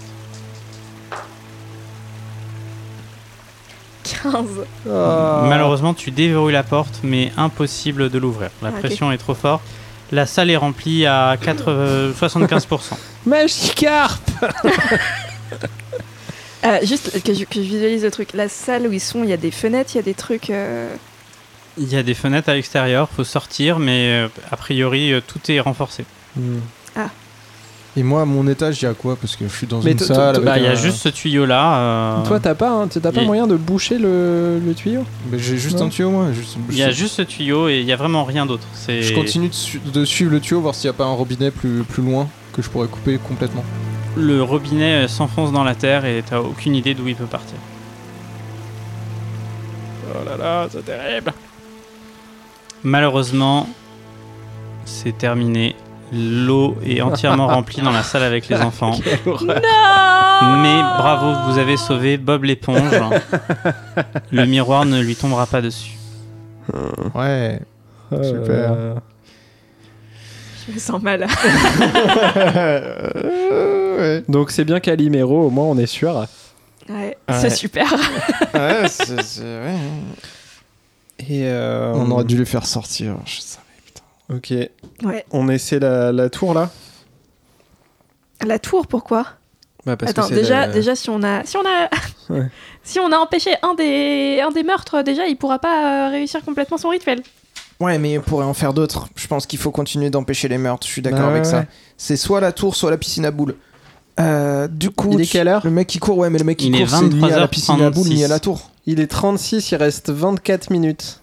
D: 15
E: Ah.
A: Malheureusement, tu déverrouilles la porte, mais impossible de l'ouvrir. La
D: Ah, ok.
A: pression est trop forte. La salle est remplie à 4, euh, 75%.
E: Magikarp
D: Euh, juste que je, que je visualise le truc. La salle où ils sont, il y a des fenêtres, il y a des trucs. euh,
A: Il y a des fenêtres à l'extérieur, faut sortir, mais euh, a priori, euh, tout est renforcé.
C: Et moi, à mon étage, il y a quoi Parce que je suis dans
E: Mais
C: une
E: t- t-
C: salle.
E: t-
C: avec
A: Bah, il y
C: un-
A: a juste ce tuyau-là. euh,
F: Toi, t'as pas, hein, t'as pas
A: Il-
F: moyen de boucher le, le tuyau
C: Mais J'ai juste
F: Non.
C: un tuyau, moi. juste-
A: Il y a juste ce tuyau et il y a vraiment rien d'autre. C'est...
C: Je continue de, su- de suivre le tuyau, voir s'il n'y a pas un robinet plus, plus loin que je pourrais couper complètement.
A: Le robinet euh, s'enfonce dans la terre et t'as aucune idée d'où il peut partir.
F: Oh là là, c'est terrible.
A: Malheureusement, c'est terminé. L'eau est entièrement remplie dans la salle avec les enfants. Mais bravo, vous avez sauvé Bob l'éponge. Le miroir ne lui tombera pas dessus.
C: Ouais. Super.
F: Super.
D: Je me sens mal.
F: Donc c'est bien Calimero, au moins on est sûr.
D: Ouais,
E: Ouais.
D: c'est super.
E: Ouais, c'est... Et euh,
C: On aurait dû les faire sortir. je sais.
F: Ok.
D: Ouais.
F: On essaie la, la tour là
D: La tour, pourquoi
E: Bah, parce que
D: Attends,
E: c'est
D: déjà,
E: le-
D: déjà, si on a, si on a,
F: Ouais.
D: si on a empêché un des, un des meurtres, déjà, il pourra pas euh, réussir complètement son rituel.
C: Ouais, mais on pourrait en faire d'autres. Je pense qu'il faut continuer d'empêcher les meurtres. Je suis d'accord
F: Bah ouais,
C: avec ça.
F: ouais.
C: C'est soit la tour, soit la piscine à boules. Euh, du coup,
F: Il est
C: tu-
F: quelle heure
C: le mec qui court, ouais, mais le mec qui
A: Il est
C: court, c'est ni à la piscine à boules ni à
A: 23h36.
C: la tour.
E: Il est 36, il reste 24 minutes.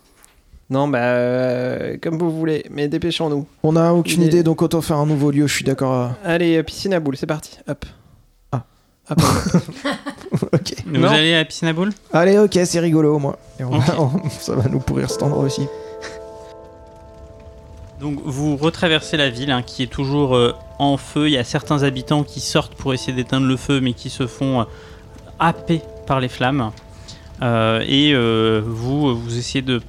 E: Non, bah, euh, comme vous voulez, mais dépêchons-nous.
C: On a aucune
E: Il est-
C: idée, donc autant faire un nouveau lieu. Je suis d'accord. euh.
E: Allez, euh, piscine à boules, c'est parti. Hop.
C: Ah.
E: Hop.
C: Ok.
A: Vous
E: Non.
A: allez à la piscine à boules
C: Allez, ok, c'est rigolo au moins. Et on va-
A: Ok.
C: on- ça va nous pourrir cet endroit aussi.
A: Donc vous retraversez la ville hein, qui est toujours euh, en feu. Il y a certains habitants qui sortent pour essayer d'éteindre le feu mais qui se font euh, happer par les flammes. Euh, et euh, vous, euh, vous essayez de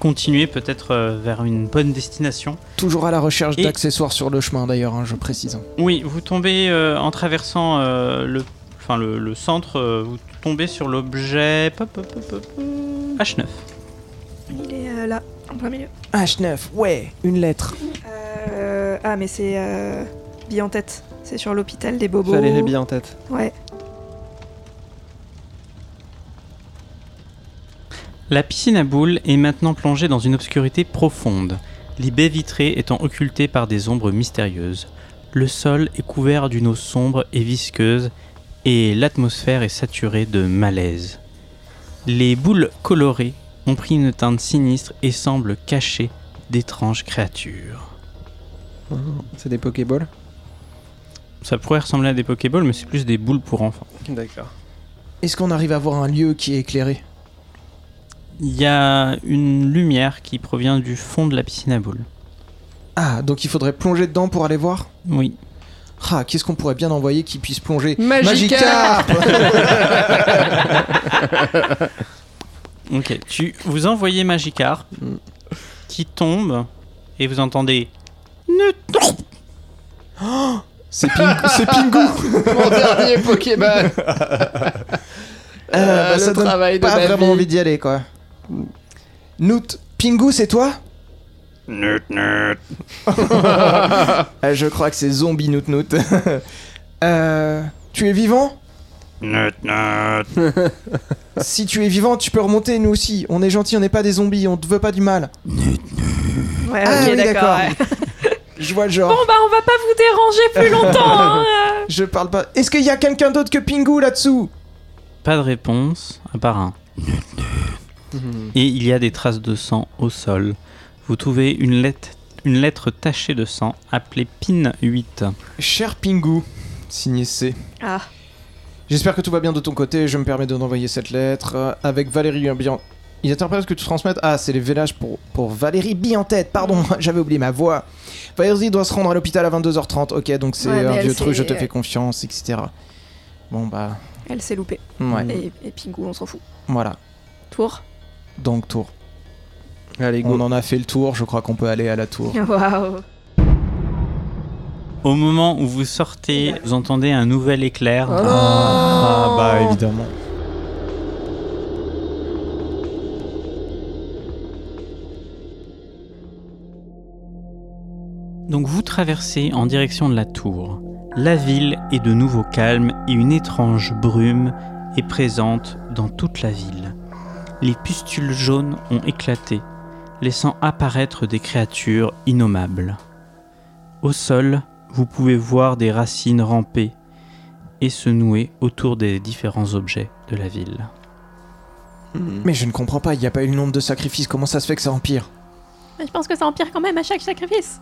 A: continuer peut-être euh, vers une bonne destination.
C: Toujours à la recherche
A: Et-
C: d'accessoires sur le chemin d'ailleurs, hein, je précise.
A: Oui, vous tombez euh, en traversant euh, le, enfin, le, le centre, euh, vous tombez sur l'objet pop, pop, pop, pop, euh, H9.
D: Il est euh, là, en plein milieu.
C: H9, ouais, une lettre.
D: Euh, ah, mais c'est euh, bille en tête. C'est sur l'hôpital des bobos.
E: Valérie bien en tête.
D: Ouais.
A: La piscine à boules est maintenant plongée dans une obscurité profonde, les baies vitrées étant occultées par des ombres mystérieuses. Le sol est couvert d'une eau sombre et visqueuse, et l'atmosphère est saturée de malaise. Les boules colorées ont pris une teinte sinistre et semblent cacher d'étranges créatures.
E: C'est des Pokéballs
A: Ça pourrait ressembler à des Pokéballs, mais c'est plus des boules pour enfants.
E: D'accord.
C: Est-ce qu'on arrive à voir un lieu qui est éclairé
A: Il y a une lumière qui provient du fond de la piscine à boules.
C: Ah, donc il faudrait plonger dedans pour aller voir
A: Oui.
C: Ah, qu'est-ce qu'on pourrait bien envoyer qui puisse plonger Euh,
E: Magikarp
A: Ok, tu vous envoyez Magikarp qui tombe et vous entendez
C: C'est Ping- c'est Pingu
E: Mon dernier Pokémon
C: Euh, bah, ça donne
E: travail
C: Pas vraiment envie d'y aller, quoi. Noot, Pingu, c'est toi
G: Nut, nut.
C: Euh, Je crois que c'est Zombie Noot Noot. Euh, tu es vivant
G: Nut, nut.
C: Si tu es vivant, tu peux remonter, nous aussi. On est gentils, on n'est pas des zombies, on te veut pas du mal.
D: Ouais,
C: Ah,
D: ok,
C: oui,
D: d'accord.
C: d'accord.
D: ouais.
C: Je vois le genre.
D: Bon, bah, on va pas vous déranger plus longtemps. hein.
C: Je parle pas. Est-ce qu'il y a quelqu'un d'autre que Pingu là-dessous
A: pas de réponse à part un
C: Ah,
A: et il y a des traces de sang au sol. Vous trouvez une lettre, une lettre tachée de sang appelée PIN 8.
C: Cher Pingu, signé C.
D: Ah.
C: J'espère que tout va bien de ton côté. Je me permets de t'envoyer cette lettre euh, avec Valérie Bien. Il est important que tu transmettes. Ah, c'est les vélages pour, pour Valérie Bien en tête. Pardon, j'avais oublié ma voix. Valérie doit se rendre à l'hôpital à 22h30. Ok, donc c'est
D: Ouais, mais
C: un
D: elle
C: vieux truc, je
D: sait-
C: te fais confiance, etc. Bon, bah.
D: Elle s'est loupée.
C: Ouais,
D: Et, et Pingu, on s'en fout.
C: voilà.
D: Tour.
C: Donc, tour.
E: Allez,
C: On
E: go.
C: en a fait le tour. Je crois qu'on peut aller à la tour.
D: Waouh.
A: Au moment où vous sortez, vous entendez un nouvel éclair.
D: Oh.
C: Ah, bah, évidemment.
A: Donc vous traversez en direction de la tour. La ville est de nouveau calme et une étrange brume est présente dans toute la ville. Les pustules jaunes ont éclaté, laissant apparaître des créatures innommables. Au sol, vous pouvez voir des racines ramper et se nouer autour des différents objets de la ville.
C: Mais je ne comprends pas, il n'y a pas eu le nombre de sacrifices, comment ça se fait que ça empire
D: Mais je pense que ça empire quand même à chaque sacrifice.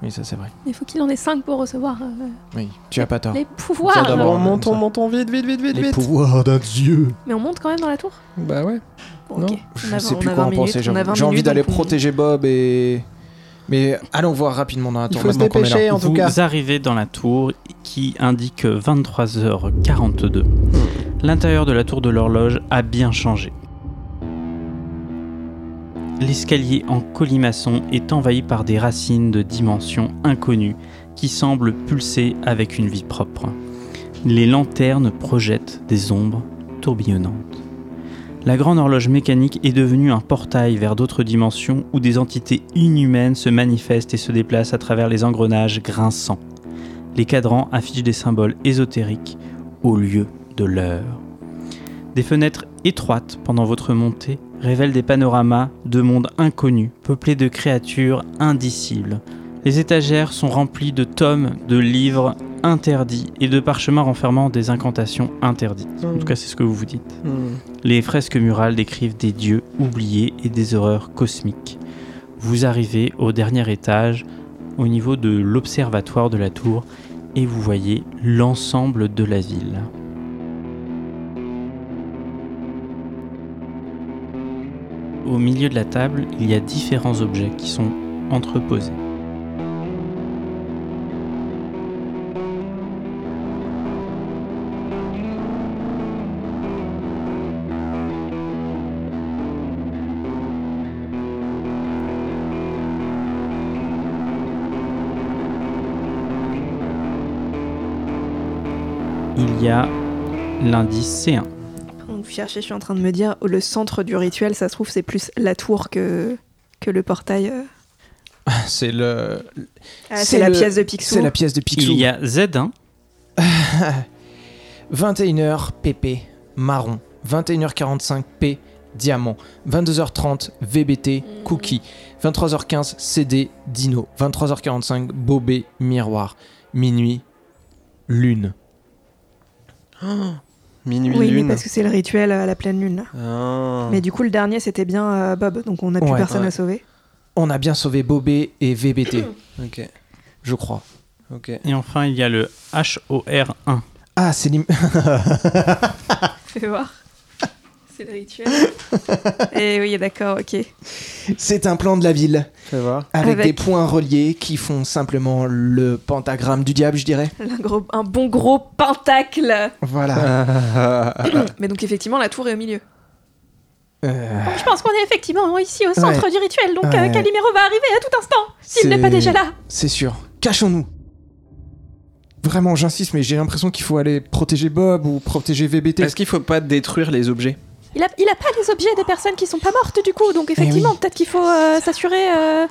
C: Oui, ça c'est vrai.
D: Il faut qu'il en ait 5 pour recevoir euh,
C: Oui, tu as pas tort.
D: les
C: Ça,
D: pouvoirs.
C: Ah. d'abord.
F: Bon,
C: on
F: montons,
C: aime ça.
F: montons, vite, vite, vite, vite,
C: Les
F: vite.
C: pouvoirs d'un dieu.
D: Mais on monte quand même dans la tour.
F: Bah ouais.
D: Bon,
F: Non,
D: ok. On
C: Je
D: a-
C: sais
D: on
C: plus
D: a
C: quoi en
D: 20 minutes,
C: penser, j'ai
D: on a
C: envie-
D: 20
C: j'ai envie
D: minutes,
C: d'aller
D: donc on-
C: protéger Bob et... Mais allons voir rapidement dans la
F: Il
C: tour
F: faut se
C: maintenant qu'on est là.
F: dépêcher en tout
A: vous
F: cas.
A: arrivez dans la tour qui indique 23h42. L'intérieur de la tour de l'horloge a bien changé. L'escalier en colimaçon est envahi par des racines de dimensions inconnues qui semblent pulser avec une vie propre. Les lanternes projettent des ombres tourbillonnantes. La grande horloge mécanique est devenue un portail vers d'autres dimensions où des entités inhumaines se manifestent et se déplacent à travers les engrenages grinçants. Les cadrans affichent des symboles ésotériques au lieu de l'heure. Des fenêtres étroites pendant votre montée révèlent des panoramas de mondes inconnus, peuplés de créatures indicibles. Les étagères sont remplies de tomes, de livres interdits et de parchemins renfermant des incantations interdites. En tout cas, c'est ce que vous vous dites.
E: Hmm.
A: Les fresques murales décrivent des dieux oubliés et des horreurs cosmiques. Vous arrivez au dernier étage, au niveau de l'observatoire de la tour, et vous voyez l'ensemble de la ville. Au milieu de la table, il y a différents objets qui sont entreposés. Il y a l'indice C1.
D: Pendant que vous cherchez, je suis en train de me dire, le centre du rituel, ça se trouve, c'est plus la tour que, que le portail. euh.
C: C'est le...
D: Ah,
C: C'est
D: c'est la
C: le-
D: pièce de Picsou.
C: C'est la pièce de Picsou.
A: Il y a Z1.
C: 21h PP marron, 21h45 P diamant, 22h30 VBT
D: Mm.
C: cookie, 23h15 CD dino, 23h45 bobé miroir, minuit lune.
E: Minuit
D: Oui, mais
E: lune.
D: parce que c'est le rituel à la pleine lune. là.
E: Ah.
D: Mais du coup, le dernier, c'était bien euh, Bob, donc on n'a plus
C: Ouais,
D: personne
E: ouais.
D: à sauver.
C: On a bien sauvé bobé et VBT,
E: Ok,
C: je crois.
E: ok.
A: Et enfin, il y a le HOR1.
C: Ah, c'est l'im-
D: Fais voir. C'est le rituel. Et Eh oui, d'accord, ok.
C: c'est un plan de la ville
E: Fais voir.
C: avec,
D: Avec-
C: des points reliés qui font simplement le pentagramme du diable, je dirais.
D: Un, gros- un bon gros pentacle.
C: Voilà.
D: Mais donc, effectivement, la tour est au milieu.
C: Euh,
B: Je pense qu'on est effectivement ici au centre du rituel, donc
C: Ouais.
B: euh, Calimero va arriver à tout instant, s'il n'est pas
C: C'est-
B: déjà là.
C: C'est sûr. Cachons-nous. Vraiment, j'insiste, mais j'ai l'impression qu'il faut aller protéger Bob ou protéger VBT.
E: Est-ce qu'il faut pas détruire les objets
B: Il a, il a pas les objets des personnes qui sont pas mortes du coup, donc effectivement
C: Eh oui.
B: peut-être qu'il faut euh, s'assurer euh,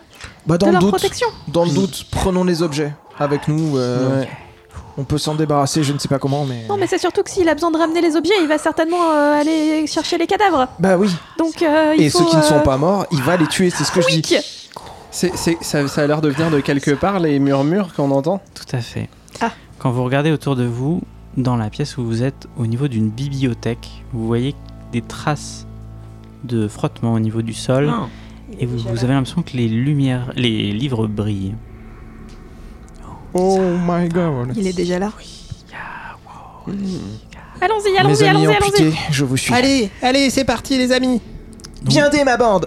C: Bah, dans le
B: de leur
C: doute,
B: protection.
C: dans le doute, prenons les objets avec nous. euh, On peut s'en débarrasser, je ne sais pas comment, mais.
B: Non mais c'est surtout que s'il a besoin de ramener les objets, il va certainement euh, aller chercher les cadavres.
C: Bah oui.
B: Donc euh, il
C: Et
B: faut.
C: ceux qui ne
B: euh,
C: sont pas morts, il va les tuer, c'est ce que je dis.
E: C'est- c'est- ça, ça a l'air de venir de quelque part, les murmures qu'on entend
A: Tout à fait.
D: Ah.
A: Quand vous regardez autour de vous, dans la pièce où vous êtes, au niveau d'une bibliothèque, vous voyez des traces de frottement au niveau du sol et vous, vous avez l'impression que les lumières, les livres brillent.
C: Oh my god.
D: Il est déjà là.
B: Allons-y,
C: Mes
B: allons-y,
C: amis
B: allons-y, allons-y.
C: amputés, je vous suis.
E: Allez, allez, c'est parti les amis
C: Bien dé, ma bande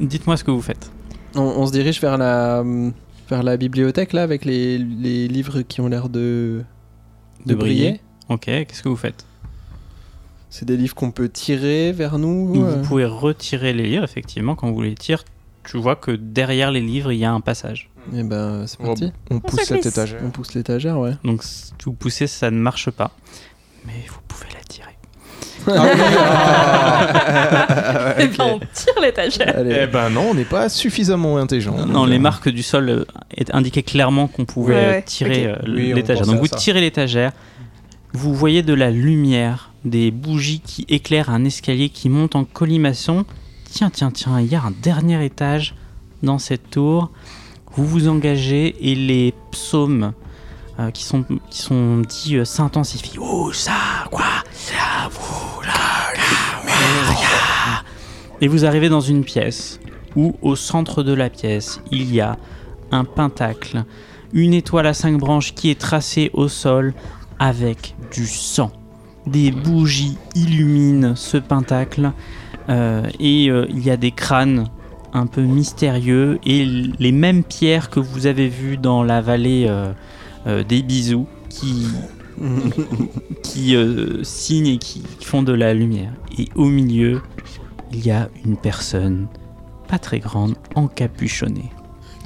A: Dites-moi ce que vous faites.
E: on, on se dirige vers la, hum, vers la bibliothèque, là, avec les, les livres qui ont l'air de,
A: De briller. Ok, qu'est-ce que vous faites
E: C'est des livres qu'on peut tirer vers nous euh.
A: Vous pouvez retirer les livres, effectivement, quand vous les tirez, tu vois que derrière les livres, il y a un passage.
E: Eh ben, c'est parti.
C: On pousse
B: se
C: cette
B: glisse.
C: étagère.
E: On pousse l'étagère, ouais.
A: Donc si vous poussez, ça ne marche pas. Mais vous pouvez la tirer.
B: Eh ben, on tire l'étagère.
C: Allez. Eh ben non, on n'est pas suffisamment intelligent.
A: Non, les marques du sol euh, est- indiquaient clairement qu'on pouvait
D: Ouais,
A: euh,
D: ouais,
A: tirer euh,
C: Oui, on
A: l'étagère.
C: pensait
A: Donc
C: à
A: vous
C: ça.
A: tirez l'étagère, vous voyez de la lumière, des bougies qui éclairent un escalier qui monte en colimaçon. Tiens, tiens, tiens, il y a un dernier étage dans cette tour. Vous vous engagez et les psaumes euh, qui, sont, qui sont dits euh, s'intensifient. Oh, ça, quoi ça, vous, là, là, là. Et vous arrivez dans une pièce où, au centre de la pièce, il y a un pentacle, une étoile à cinq branches qui est tracée au sol avec du sang. Des bougies illuminent ce pentacle euh, et euh, il y a des crânes un peu mystérieux et l- les mêmes pierres que vous avez vues dans la vallée euh, euh, des bisous qui, qui euh, signent et qui, qui font de la lumière. Et au milieu, il y a une personne pas très grande, encapuchonnée.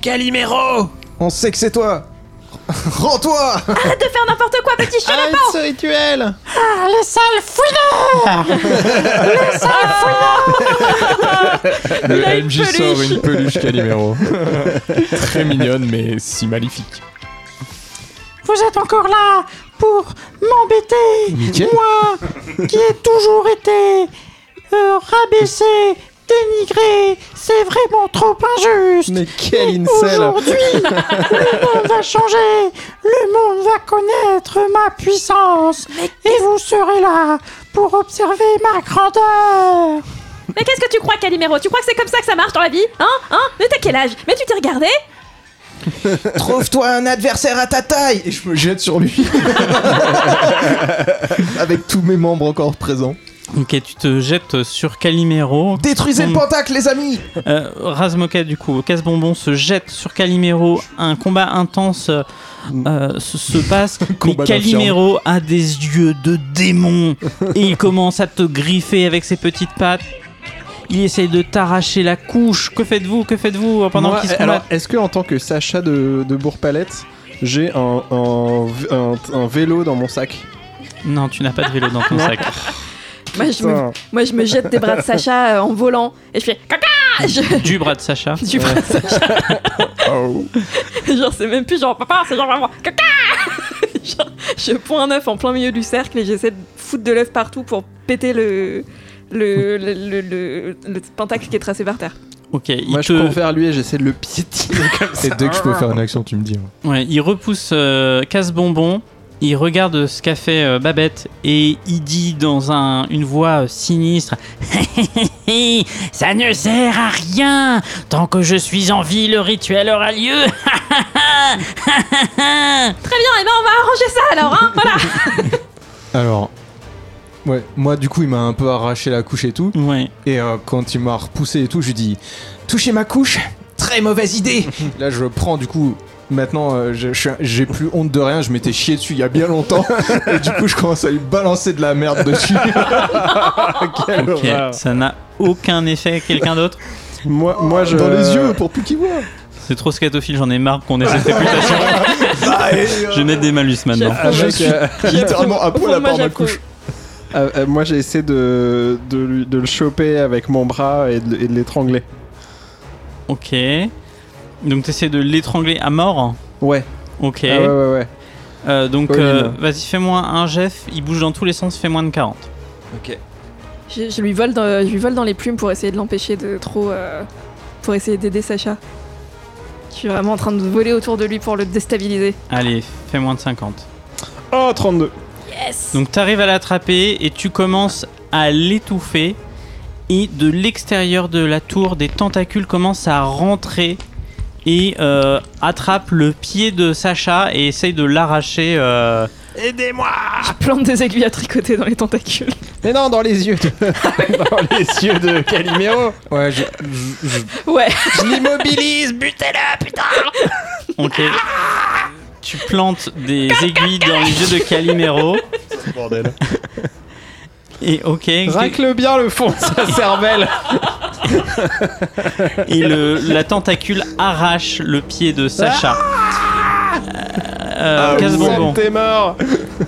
E: Calimero
C: On sait que c'est toi Rends-toi
F: Ah,
D: De faire n'importe quoi, petit chien
E: Arrête ce rituel
H: Ah, le sale fouineur Le sale fouineur
I: Le MJ sort une peluche Calimero. Très mignonne, mais si maléfique.
H: Vous êtes encore là pour m'embêter Moi, qui ai toujours été euh, rabaissé, dénigré, c'est vraiment trop injuste
E: Mais quel incel
H: Aujourd'hui, le monde va changer, le monde va connaître ma puissance, et vous serez là pour observer ma grandeur.
B: Mais qu'est-ce que tu crois, Calimero Tu crois que c'est comme ça que ça marche dans la vie Hein Hein Mais t'as quel âge Mais tu t'es regardé
C: Trouve-toi un adversaire à ta taille Et je me jette sur lui. Avec tous mes membres encore présents.
A: Ok, tu te jettes sur Calimero.
C: Détruisez le
A: Mm.
C: pentacle, les amis
A: Euh, Razmoka, du coup, casse-bonbon se jette sur Calimero. Un combat intense euh, euh, se, se passe. mais
I: Combat
A: Calimero a des yeux de démon et il commence à te griffer avec ses petites pattes. Il essaye de t'arracher la couche. Que faites-vous Que faites-vous pendant
F: Moi,
A: qu'il se combat
F: alors, est-ce que en tant que Sacha de, de Bourg-Palette, j'ai un, un, un, un vélo dans mon sac
A: Non, tu n'as pas de vélo dans ton sac.
B: moi je, me,
F: Putain.
B: moi, je me jette des bras de Sacha euh, en volant et je fais caca je,
A: Du bras de Sacha.
B: Du bras de Sacha. genre, c'est même plus genre papa, c'est genre vraiment caca Genre, je poins un œuf en plein milieu du cercle et j'essaie de foutre de l'œuf partout pour péter le. Le, le, le, le- le pentacle qui est tracé par terre.
A: Euh, Ok, il,
F: Moi,
A: te-
F: je cours vers lui et j'essaie de le piétiner comme ça.
I: Et dès que je peux faire une action, tu me dis. hein.
A: ouais, il repousse euh, casse-bonbon. Il regarde ce qu'a fait euh, Babette et il dit dans un- une voix euh, sinistre Ça ne sert à rien Tant que je suis en vie, le rituel aura lieu
B: Très bien, et ben on va arranger ça alors, hein Voilà
I: Alors. Ouais, moi du coup il m'a un peu arraché la couche et tout.
A: Ouais,
I: Et euh, quand il m'a repoussé et tout, je lui dis Touchez ma couche
C: Très mauvaise idée
I: Là, je prends du coup. Maintenant, euh, je- je suis- j'ai plus honte de rien. Je m'étais chié dessus il y a bien longtemps. et du coup, je commence à lui balancer de la merde dessus. Quelle
A: ok,
I: horreur.
A: ça n'a aucun effet. Quelqu'un d'autre
F: Moi, moi, je.
I: Dans les yeux, pour plus qu'il voit.
A: C'est trop scatophile, j'en ai marre qu'on ait cette réputation. je vais mettre des malus maintenant.
F: Ah, je suis-
I: euh, Littéralement à poil à part
B: Fromage
I: ma
B: affreux.
I: couche.
F: euh, euh, moi, j'ai essayé de, de, lui- de le choper avec mon bras et de, et de l'étrangler.
A: Ok. Donc t'essaies de l'étrangler à mort
F: Ouais.
A: Ok.
F: Ah ouais, ouais, ouais.
A: Euh, donc
F: Pauline.
A: euh, vas-y, fais-moi un Jeff, il bouge dans tous les sens, fais moins de 40.
B: Je, je lui vole dans, je lui vole dans les plumes pour essayer de l'empêcher de trop. euh, pour essayer d'aider Sacha. Je suis vraiment en train de voler autour de lui pour le déstabiliser.
A: Allez, fais moins de 50.
F: Oh, 32.
B: Yes
A: Donc t'arrives à l'attraper et tu commences à l'étouffer. Et de l'extérieur de la tour, des tentacules commencent à rentrer et euh, attrapent le pied de Sacha et essayent de l'arracher. euh,
B: Je plante des aiguilles à tricoter dans les tentacules.
F: Mais non, dans les yeux de. dans les yeux de Calimero.
I: Ouais, je, je- je-
B: Ouais
E: Je l'immobilise, butez-le, putain
A: Ok. Tu plantes des aiguilles dans les yeux de Calimero.
I: bordel.
A: Et ok.
F: Racle bien le fond de sa cervelle.
A: et le, la tentacule arrache le pied de Sacha. Euh, Euh, casse bonbon.
F: T'es mort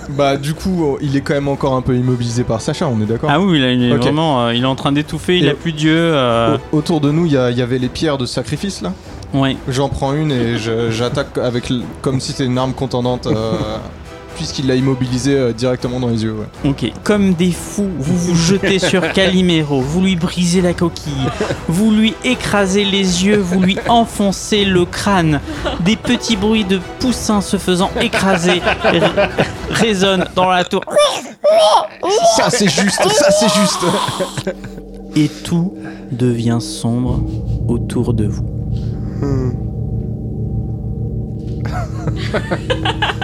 I: Bah, du coup, il est quand même encore un peu immobilisé par Sacha, on est d'accord
A: Ah oui, là, il est
I: Ok.
A: vraiment, euh, il est en train d'étouffer, il
I: Et- Oh.
A: a plus d'yeux. euh,
I: Au- Autour de nous, il y, a- il y avait les pierres de sacrifice là.
A: Ouais.
I: J'en prends une et je- j'attaque avec l- comme si c'était une arme contendante, euh, puisqu'il l'a immobilisé euh, directement dans les yeux. ouais.
A: Ok. Comme des fous, vous vous jetez sur Calimero, vous lui brisez la coquille, vous lui écrasez les yeux, vous lui enfoncez le crâne. Des petits bruits de poussins se faisant écraser ré- résonnent dans la tour.
I: Ça c'est juste, ça c'est juste.
A: et tout devient sombre autour de vous.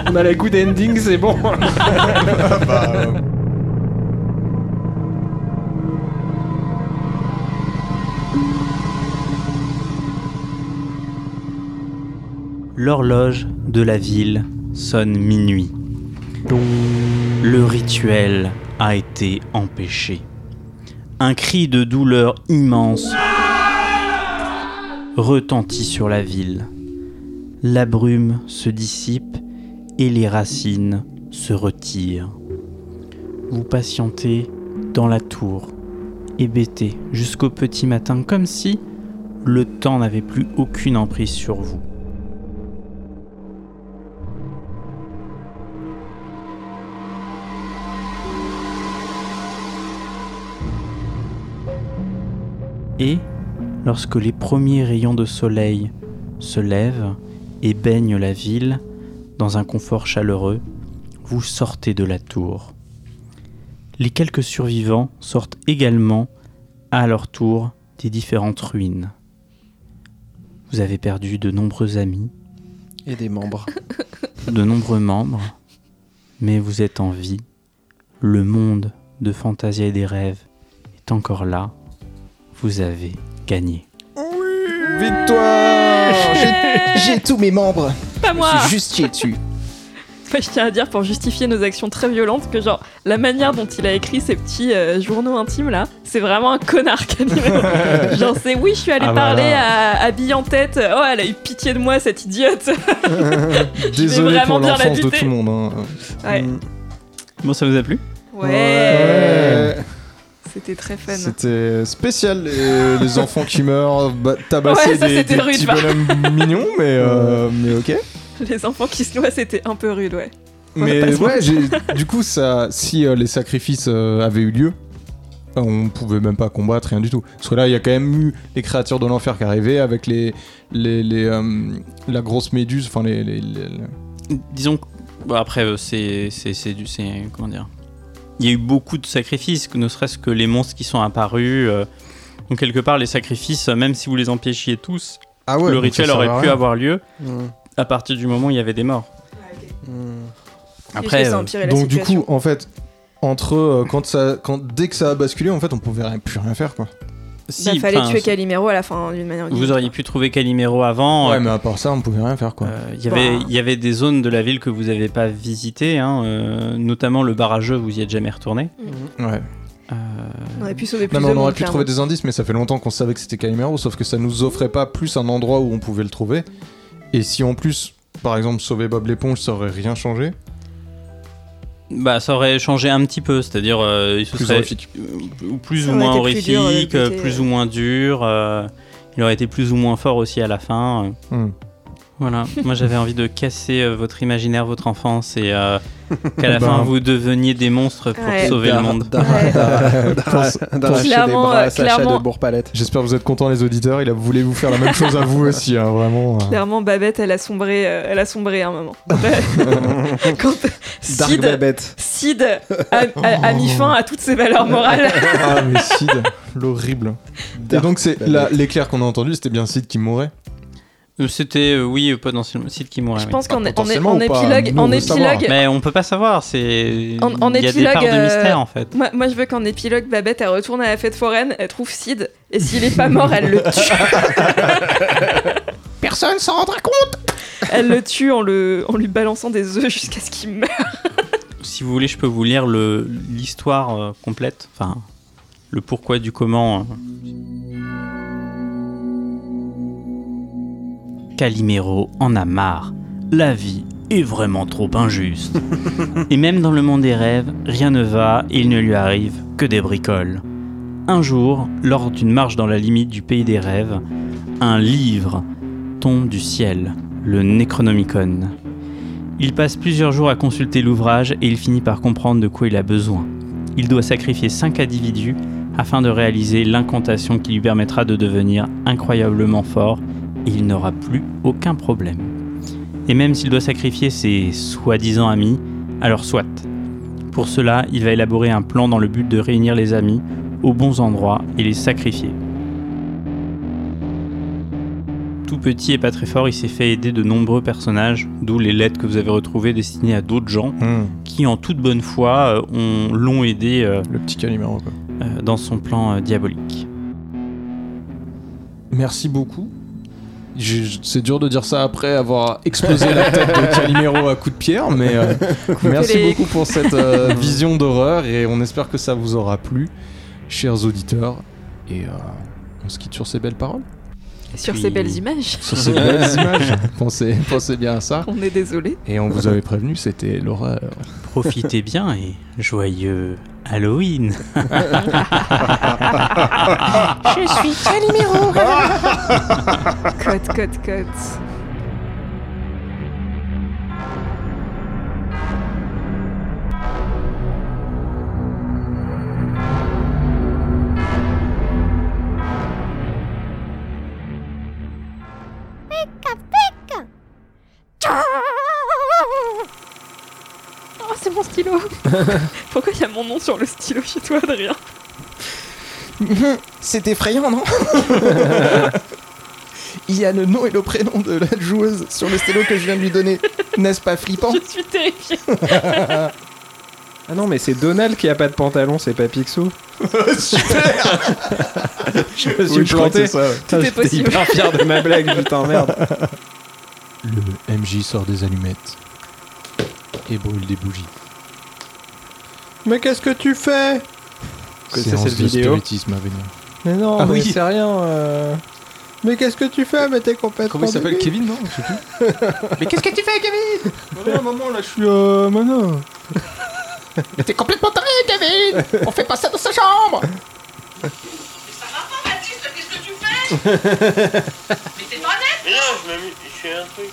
F: On a la good ending, c'est bon.
A: L'horloge de la ville sonne minuit. Le rituel a été empêché. Un cri de douleur immense retentit sur la ville. La brume se dissipe et les racines se retirent. Vous patientez dans la tour, hébété jusqu'au petit matin, comme si le temps n'avait plus aucune emprise sur vous. Et, lorsque les premiers rayons de soleil se lèvent et baignent la ville dans un confort chaleureux, vous sortez de la tour. Les quelques survivants sortent également, à leur tour, des différentes ruines. Vous avez perdu de nombreux amis,
E: Et des membres.
A: de nombreux membres, mais vous êtes en vie. Le monde de Fantasia et des rêves est encore là. Vous avez gagné.
C: Victoire Oh, J'ai- J'ai tous mes membres.
B: Pas moi
C: Je suis juste chié dessus.
B: Enfin, je tiens à dire pour justifier nos actions très violentes que genre la manière dont il a écrit ces petits euh, journaux intimes là, c'est vraiment un connard Camilo. genre c'est oui, je suis allée
I: Ah bah
B: parler à, à Bille en tête. Oh, elle a eu pitié de moi cette idiote.
I: Désolé
B: vraiment
I: pour
B: bien la
I: l'enfance de
B: buter.
I: tout le monde. hein.
B: Ouais.
I: Mm.
A: Bon, ça vous a plu
B: Ouais.
I: Ouais.
B: C'était très fun.
I: C'était spécial les, les enfants qui meurent, ba- tabasser
B: Ouais, ça,
I: des,
B: c'était
I: des
B: rude,
I: petits
B: par
I: bonhommes mignons, mais, euh, mais ok.
B: Les enfants qui se noient, c'était un peu rude, ouais.
I: Mais
B: passe.
I: ouais, j'ai- du coup, ça, si euh, les sacrifices euh, avaient eu lieu, euh, on pouvait même pas combattre, rien du tout. Parce que là, il y a quand même eu les créatures de l'enfer qui arrivaient avec les, les, les, euh, la grosse méduse, enfin les, les- les- les-
A: Disons que- bon, après, euh, c'est c'est- c'est du. c'est- Comment dire Il y a eu beaucoup de sacrifices, que ne serait-ce que les monstres qui sont apparus. euh, donc, quelque part, les sacrifices, euh, même si vous les empêchiez tous,
I: Ah ouais,
A: le
I: donc ça
A: rituel
I: sert à
A: aurait pu
I: rien. Mmh.
A: avoir lieu
E: Mm.
A: à partir du moment où il y avait des morts. Après,
B: ça
A: euh,
B: empirait la
I: Donc du
B: situation.
I: coup, en fait, entre euh, quand ça, quand dès que ça a basculé, en fait, on pouvait rien- plus rien faire, quoi.
A: si,
B: Bah, fallait
A: enfin,
B: tuer Calimero à la fin d'une manière ou d'une
A: vous
B: autre.
A: auriez pu trouver Calimero avant.
I: Ouais,
A: euh,
I: mais à part ça, on pouvait rien faire, quoi.
A: euh, Il y avait-
B: Bah.
A: il y avait des zones de la ville que vous n'avez pas visitées, hein, euh, notamment le barrageux, vous y êtes jamais retourné.
I: Ouais.
A: Euh,
B: On aurait pu sauver plus
I: Non, mais
B: de
I: on aurait
B: monde,
I: pu trouver des indices, mais ça fait longtemps qu'on savait que c'était Calimero, sauf que ça nous offrait pas plus un endroit où on pouvait le trouver. Et si en plus, par exemple, sauver Bob l'éponge, ça aurait rien changé.
A: Bah, ça aurait changé un petit peu, c'est-à-dire euh, il se
I: Plus
A: serait
I: horrifique.
A: euh, ou plus
B: Ça
A: ou
B: aurait
A: moins
B: été plus
A: horrifique,
B: dur
A: euh,
B: de le
A: plus,
B: péter,
A: ou moins dur. euh, il aurait été plus ou moins fort aussi à la fin. euh.
I: Hmm.
A: Voilà, moi j'avais envie de casser euh, votre imaginaire, votre enfance et euh, qu'à la
I: Ben.
A: fin vous deveniez des monstres pour
B: Ouais.
A: sauver le
E: D'ar-
A: monde.
E: d'ar-
B: Ouais.
E: d'ar-
I: Pense-
E: d'ar- d'arracher des
B: Clairement,
E: bras à
B: euh,
E: Sacha
B: clairement.
E: de Bourpalette.
I: J'espère que vous êtes contents, les auditeurs. Il a voulu vous faire la même chose à vous aussi, hein, vraiment. euh.
B: Clairement, Babette, elle a sombré, euh, elle a sombré à un moment. Quand
E: Dark
B: Sid,
E: Babette.
B: Sid a, a- a mis fin à toutes ses valeurs morales.
I: Ah, mais Sid, l'horrible. Et
E: Dark
I: donc, c'est
E: Babette.
I: la- l'éclair qu'on a entendu, c'était bien Sid qui mourait.
A: Euh, C'était, euh, oui, euh, potentiellement, le site qui mourrait.
B: Je
A: oui.
B: pense qu'en en- en,
I: potentiellement ou pas,
B: épilogue,
I: nous, on
B: en
I: veut savoir.
B: épilogue,
A: Mais on peut pas savoir, c'est.
B: En- en
A: il y a des
B: épilogue,
A: parts de
B: euh,
A: mystère en fait.
B: moi, moi, je veux qu'en épilogue, Babette, elle retourne à la fête foraine, elle trouve Sid, et s'il est pas mort, elle le tue.
C: Personne s'en rendra compte
B: Elle le tue en, le, en lui balançant des œufs jusqu'à ce qu'il meure.
A: Si vous voulez, je peux vous lire le- l'histoire euh, complète, enfin, le pourquoi du comment. euh. Calimero en a marre. La vie est vraiment trop injuste. et même dans le monde des rêves, rien ne va, il ne lui arrive que des bricoles. Un jour, lors d'une marche dans la limite du pays des rêves, un livre tombe du ciel, le Necronomicon. Il passe plusieurs jours à consulter l'ouvrage et il finit par comprendre de quoi il a besoin. Il doit sacrifier 5 individus afin de réaliser l'incantation qui lui permettra de devenir incroyablement fort et il n'aura plus aucun problème. Et même s'il doit sacrifier ses soi-disant amis, alors soit. Pour cela, il va élaborer un plan dans le but de réunir les amis aux bons endroits et les sacrifier. Tout petit et pas très fort, il s'est fait aider de nombreux personnages, d'où les lettres que vous avez retrouvées destinées à d'autres gens qui, en toute bonne foi, euh, ont- l'ont aidé euh,
I: Le petit calimero, quoi.
A: euh, dans son plan euh, diabolique.
I: Merci beaucoup. Je- je- C'est dur de dire ça après avoir explosé la tête de Calimero à coups de pierre, mais euh, merci
B: les-
I: beaucoup pour cette euh, vision d'horreur et on espère que ça vous aura plu, chers auditeurs. Et euh, on se quitte sur ces belles paroles,
B: Sur
A: Puis-
B: ces belles images,
I: sur ces belles images. Pensez, pensez bien à ça.
B: on est désolé.
I: Et on vous avait prévenu, c'était l'horreur.
A: Profitez bien et joyeux Halloween
B: Cote, cote, cote.
D: Oh, c'est mon stylo.
B: Pourquoi il y a mon nom sur le stylo chez toi, Adrien
C: C'est effrayant, non Il y a le nom et le prénom de la joueuse sur le stylo que je viens de lui donner. N'est-ce pas flippant
B: Je suis terrifiée.
E: Ah non, mais c'est Donald qui a pas de pantalon, c'est pas Picsou. Super Je me suis
I: Oui, je crois que
E: planté.
I: c'est ça, ouais.
E: Putain,
B: est
E: J'étais
B: possible.
E: hyper fier de ma blague, putain, merde.
I: Le MJ sort des allumettes et brûle des bougies.
E: Mais qu'est-ce que tu fais Que c'est
I: Séance
E: cette
I: de
E: vidéo
I: spiritisme à venir.
E: Mais non,
I: Ah
E: mais
I: oui.
E: c'est rien. euh. Mais qu'est-ce que tu fais Mais t'es complètement.
I: Comment il s'appelle
E: débile.
I: Kevin, non Je sais plus.
E: Mais qu'est-ce que tu fais, Kevin
I: Voilà, maman, là, je suis. Euh, mana.
C: T'es complètement taré, David On fait pas ça dans sa chambre
J: Mais non, je m'amuse, je fais un truc.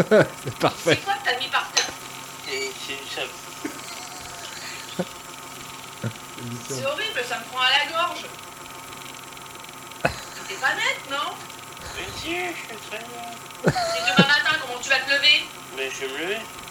E: Parfait.
J: Et c'est- ça-
K: C'est horrible, ça me prend à la gorge. T'es pas nette, non
J: Mais si, je suis très bien.
K: Et demain matin, comment tu vas te lever
J: Mais je vais me lever.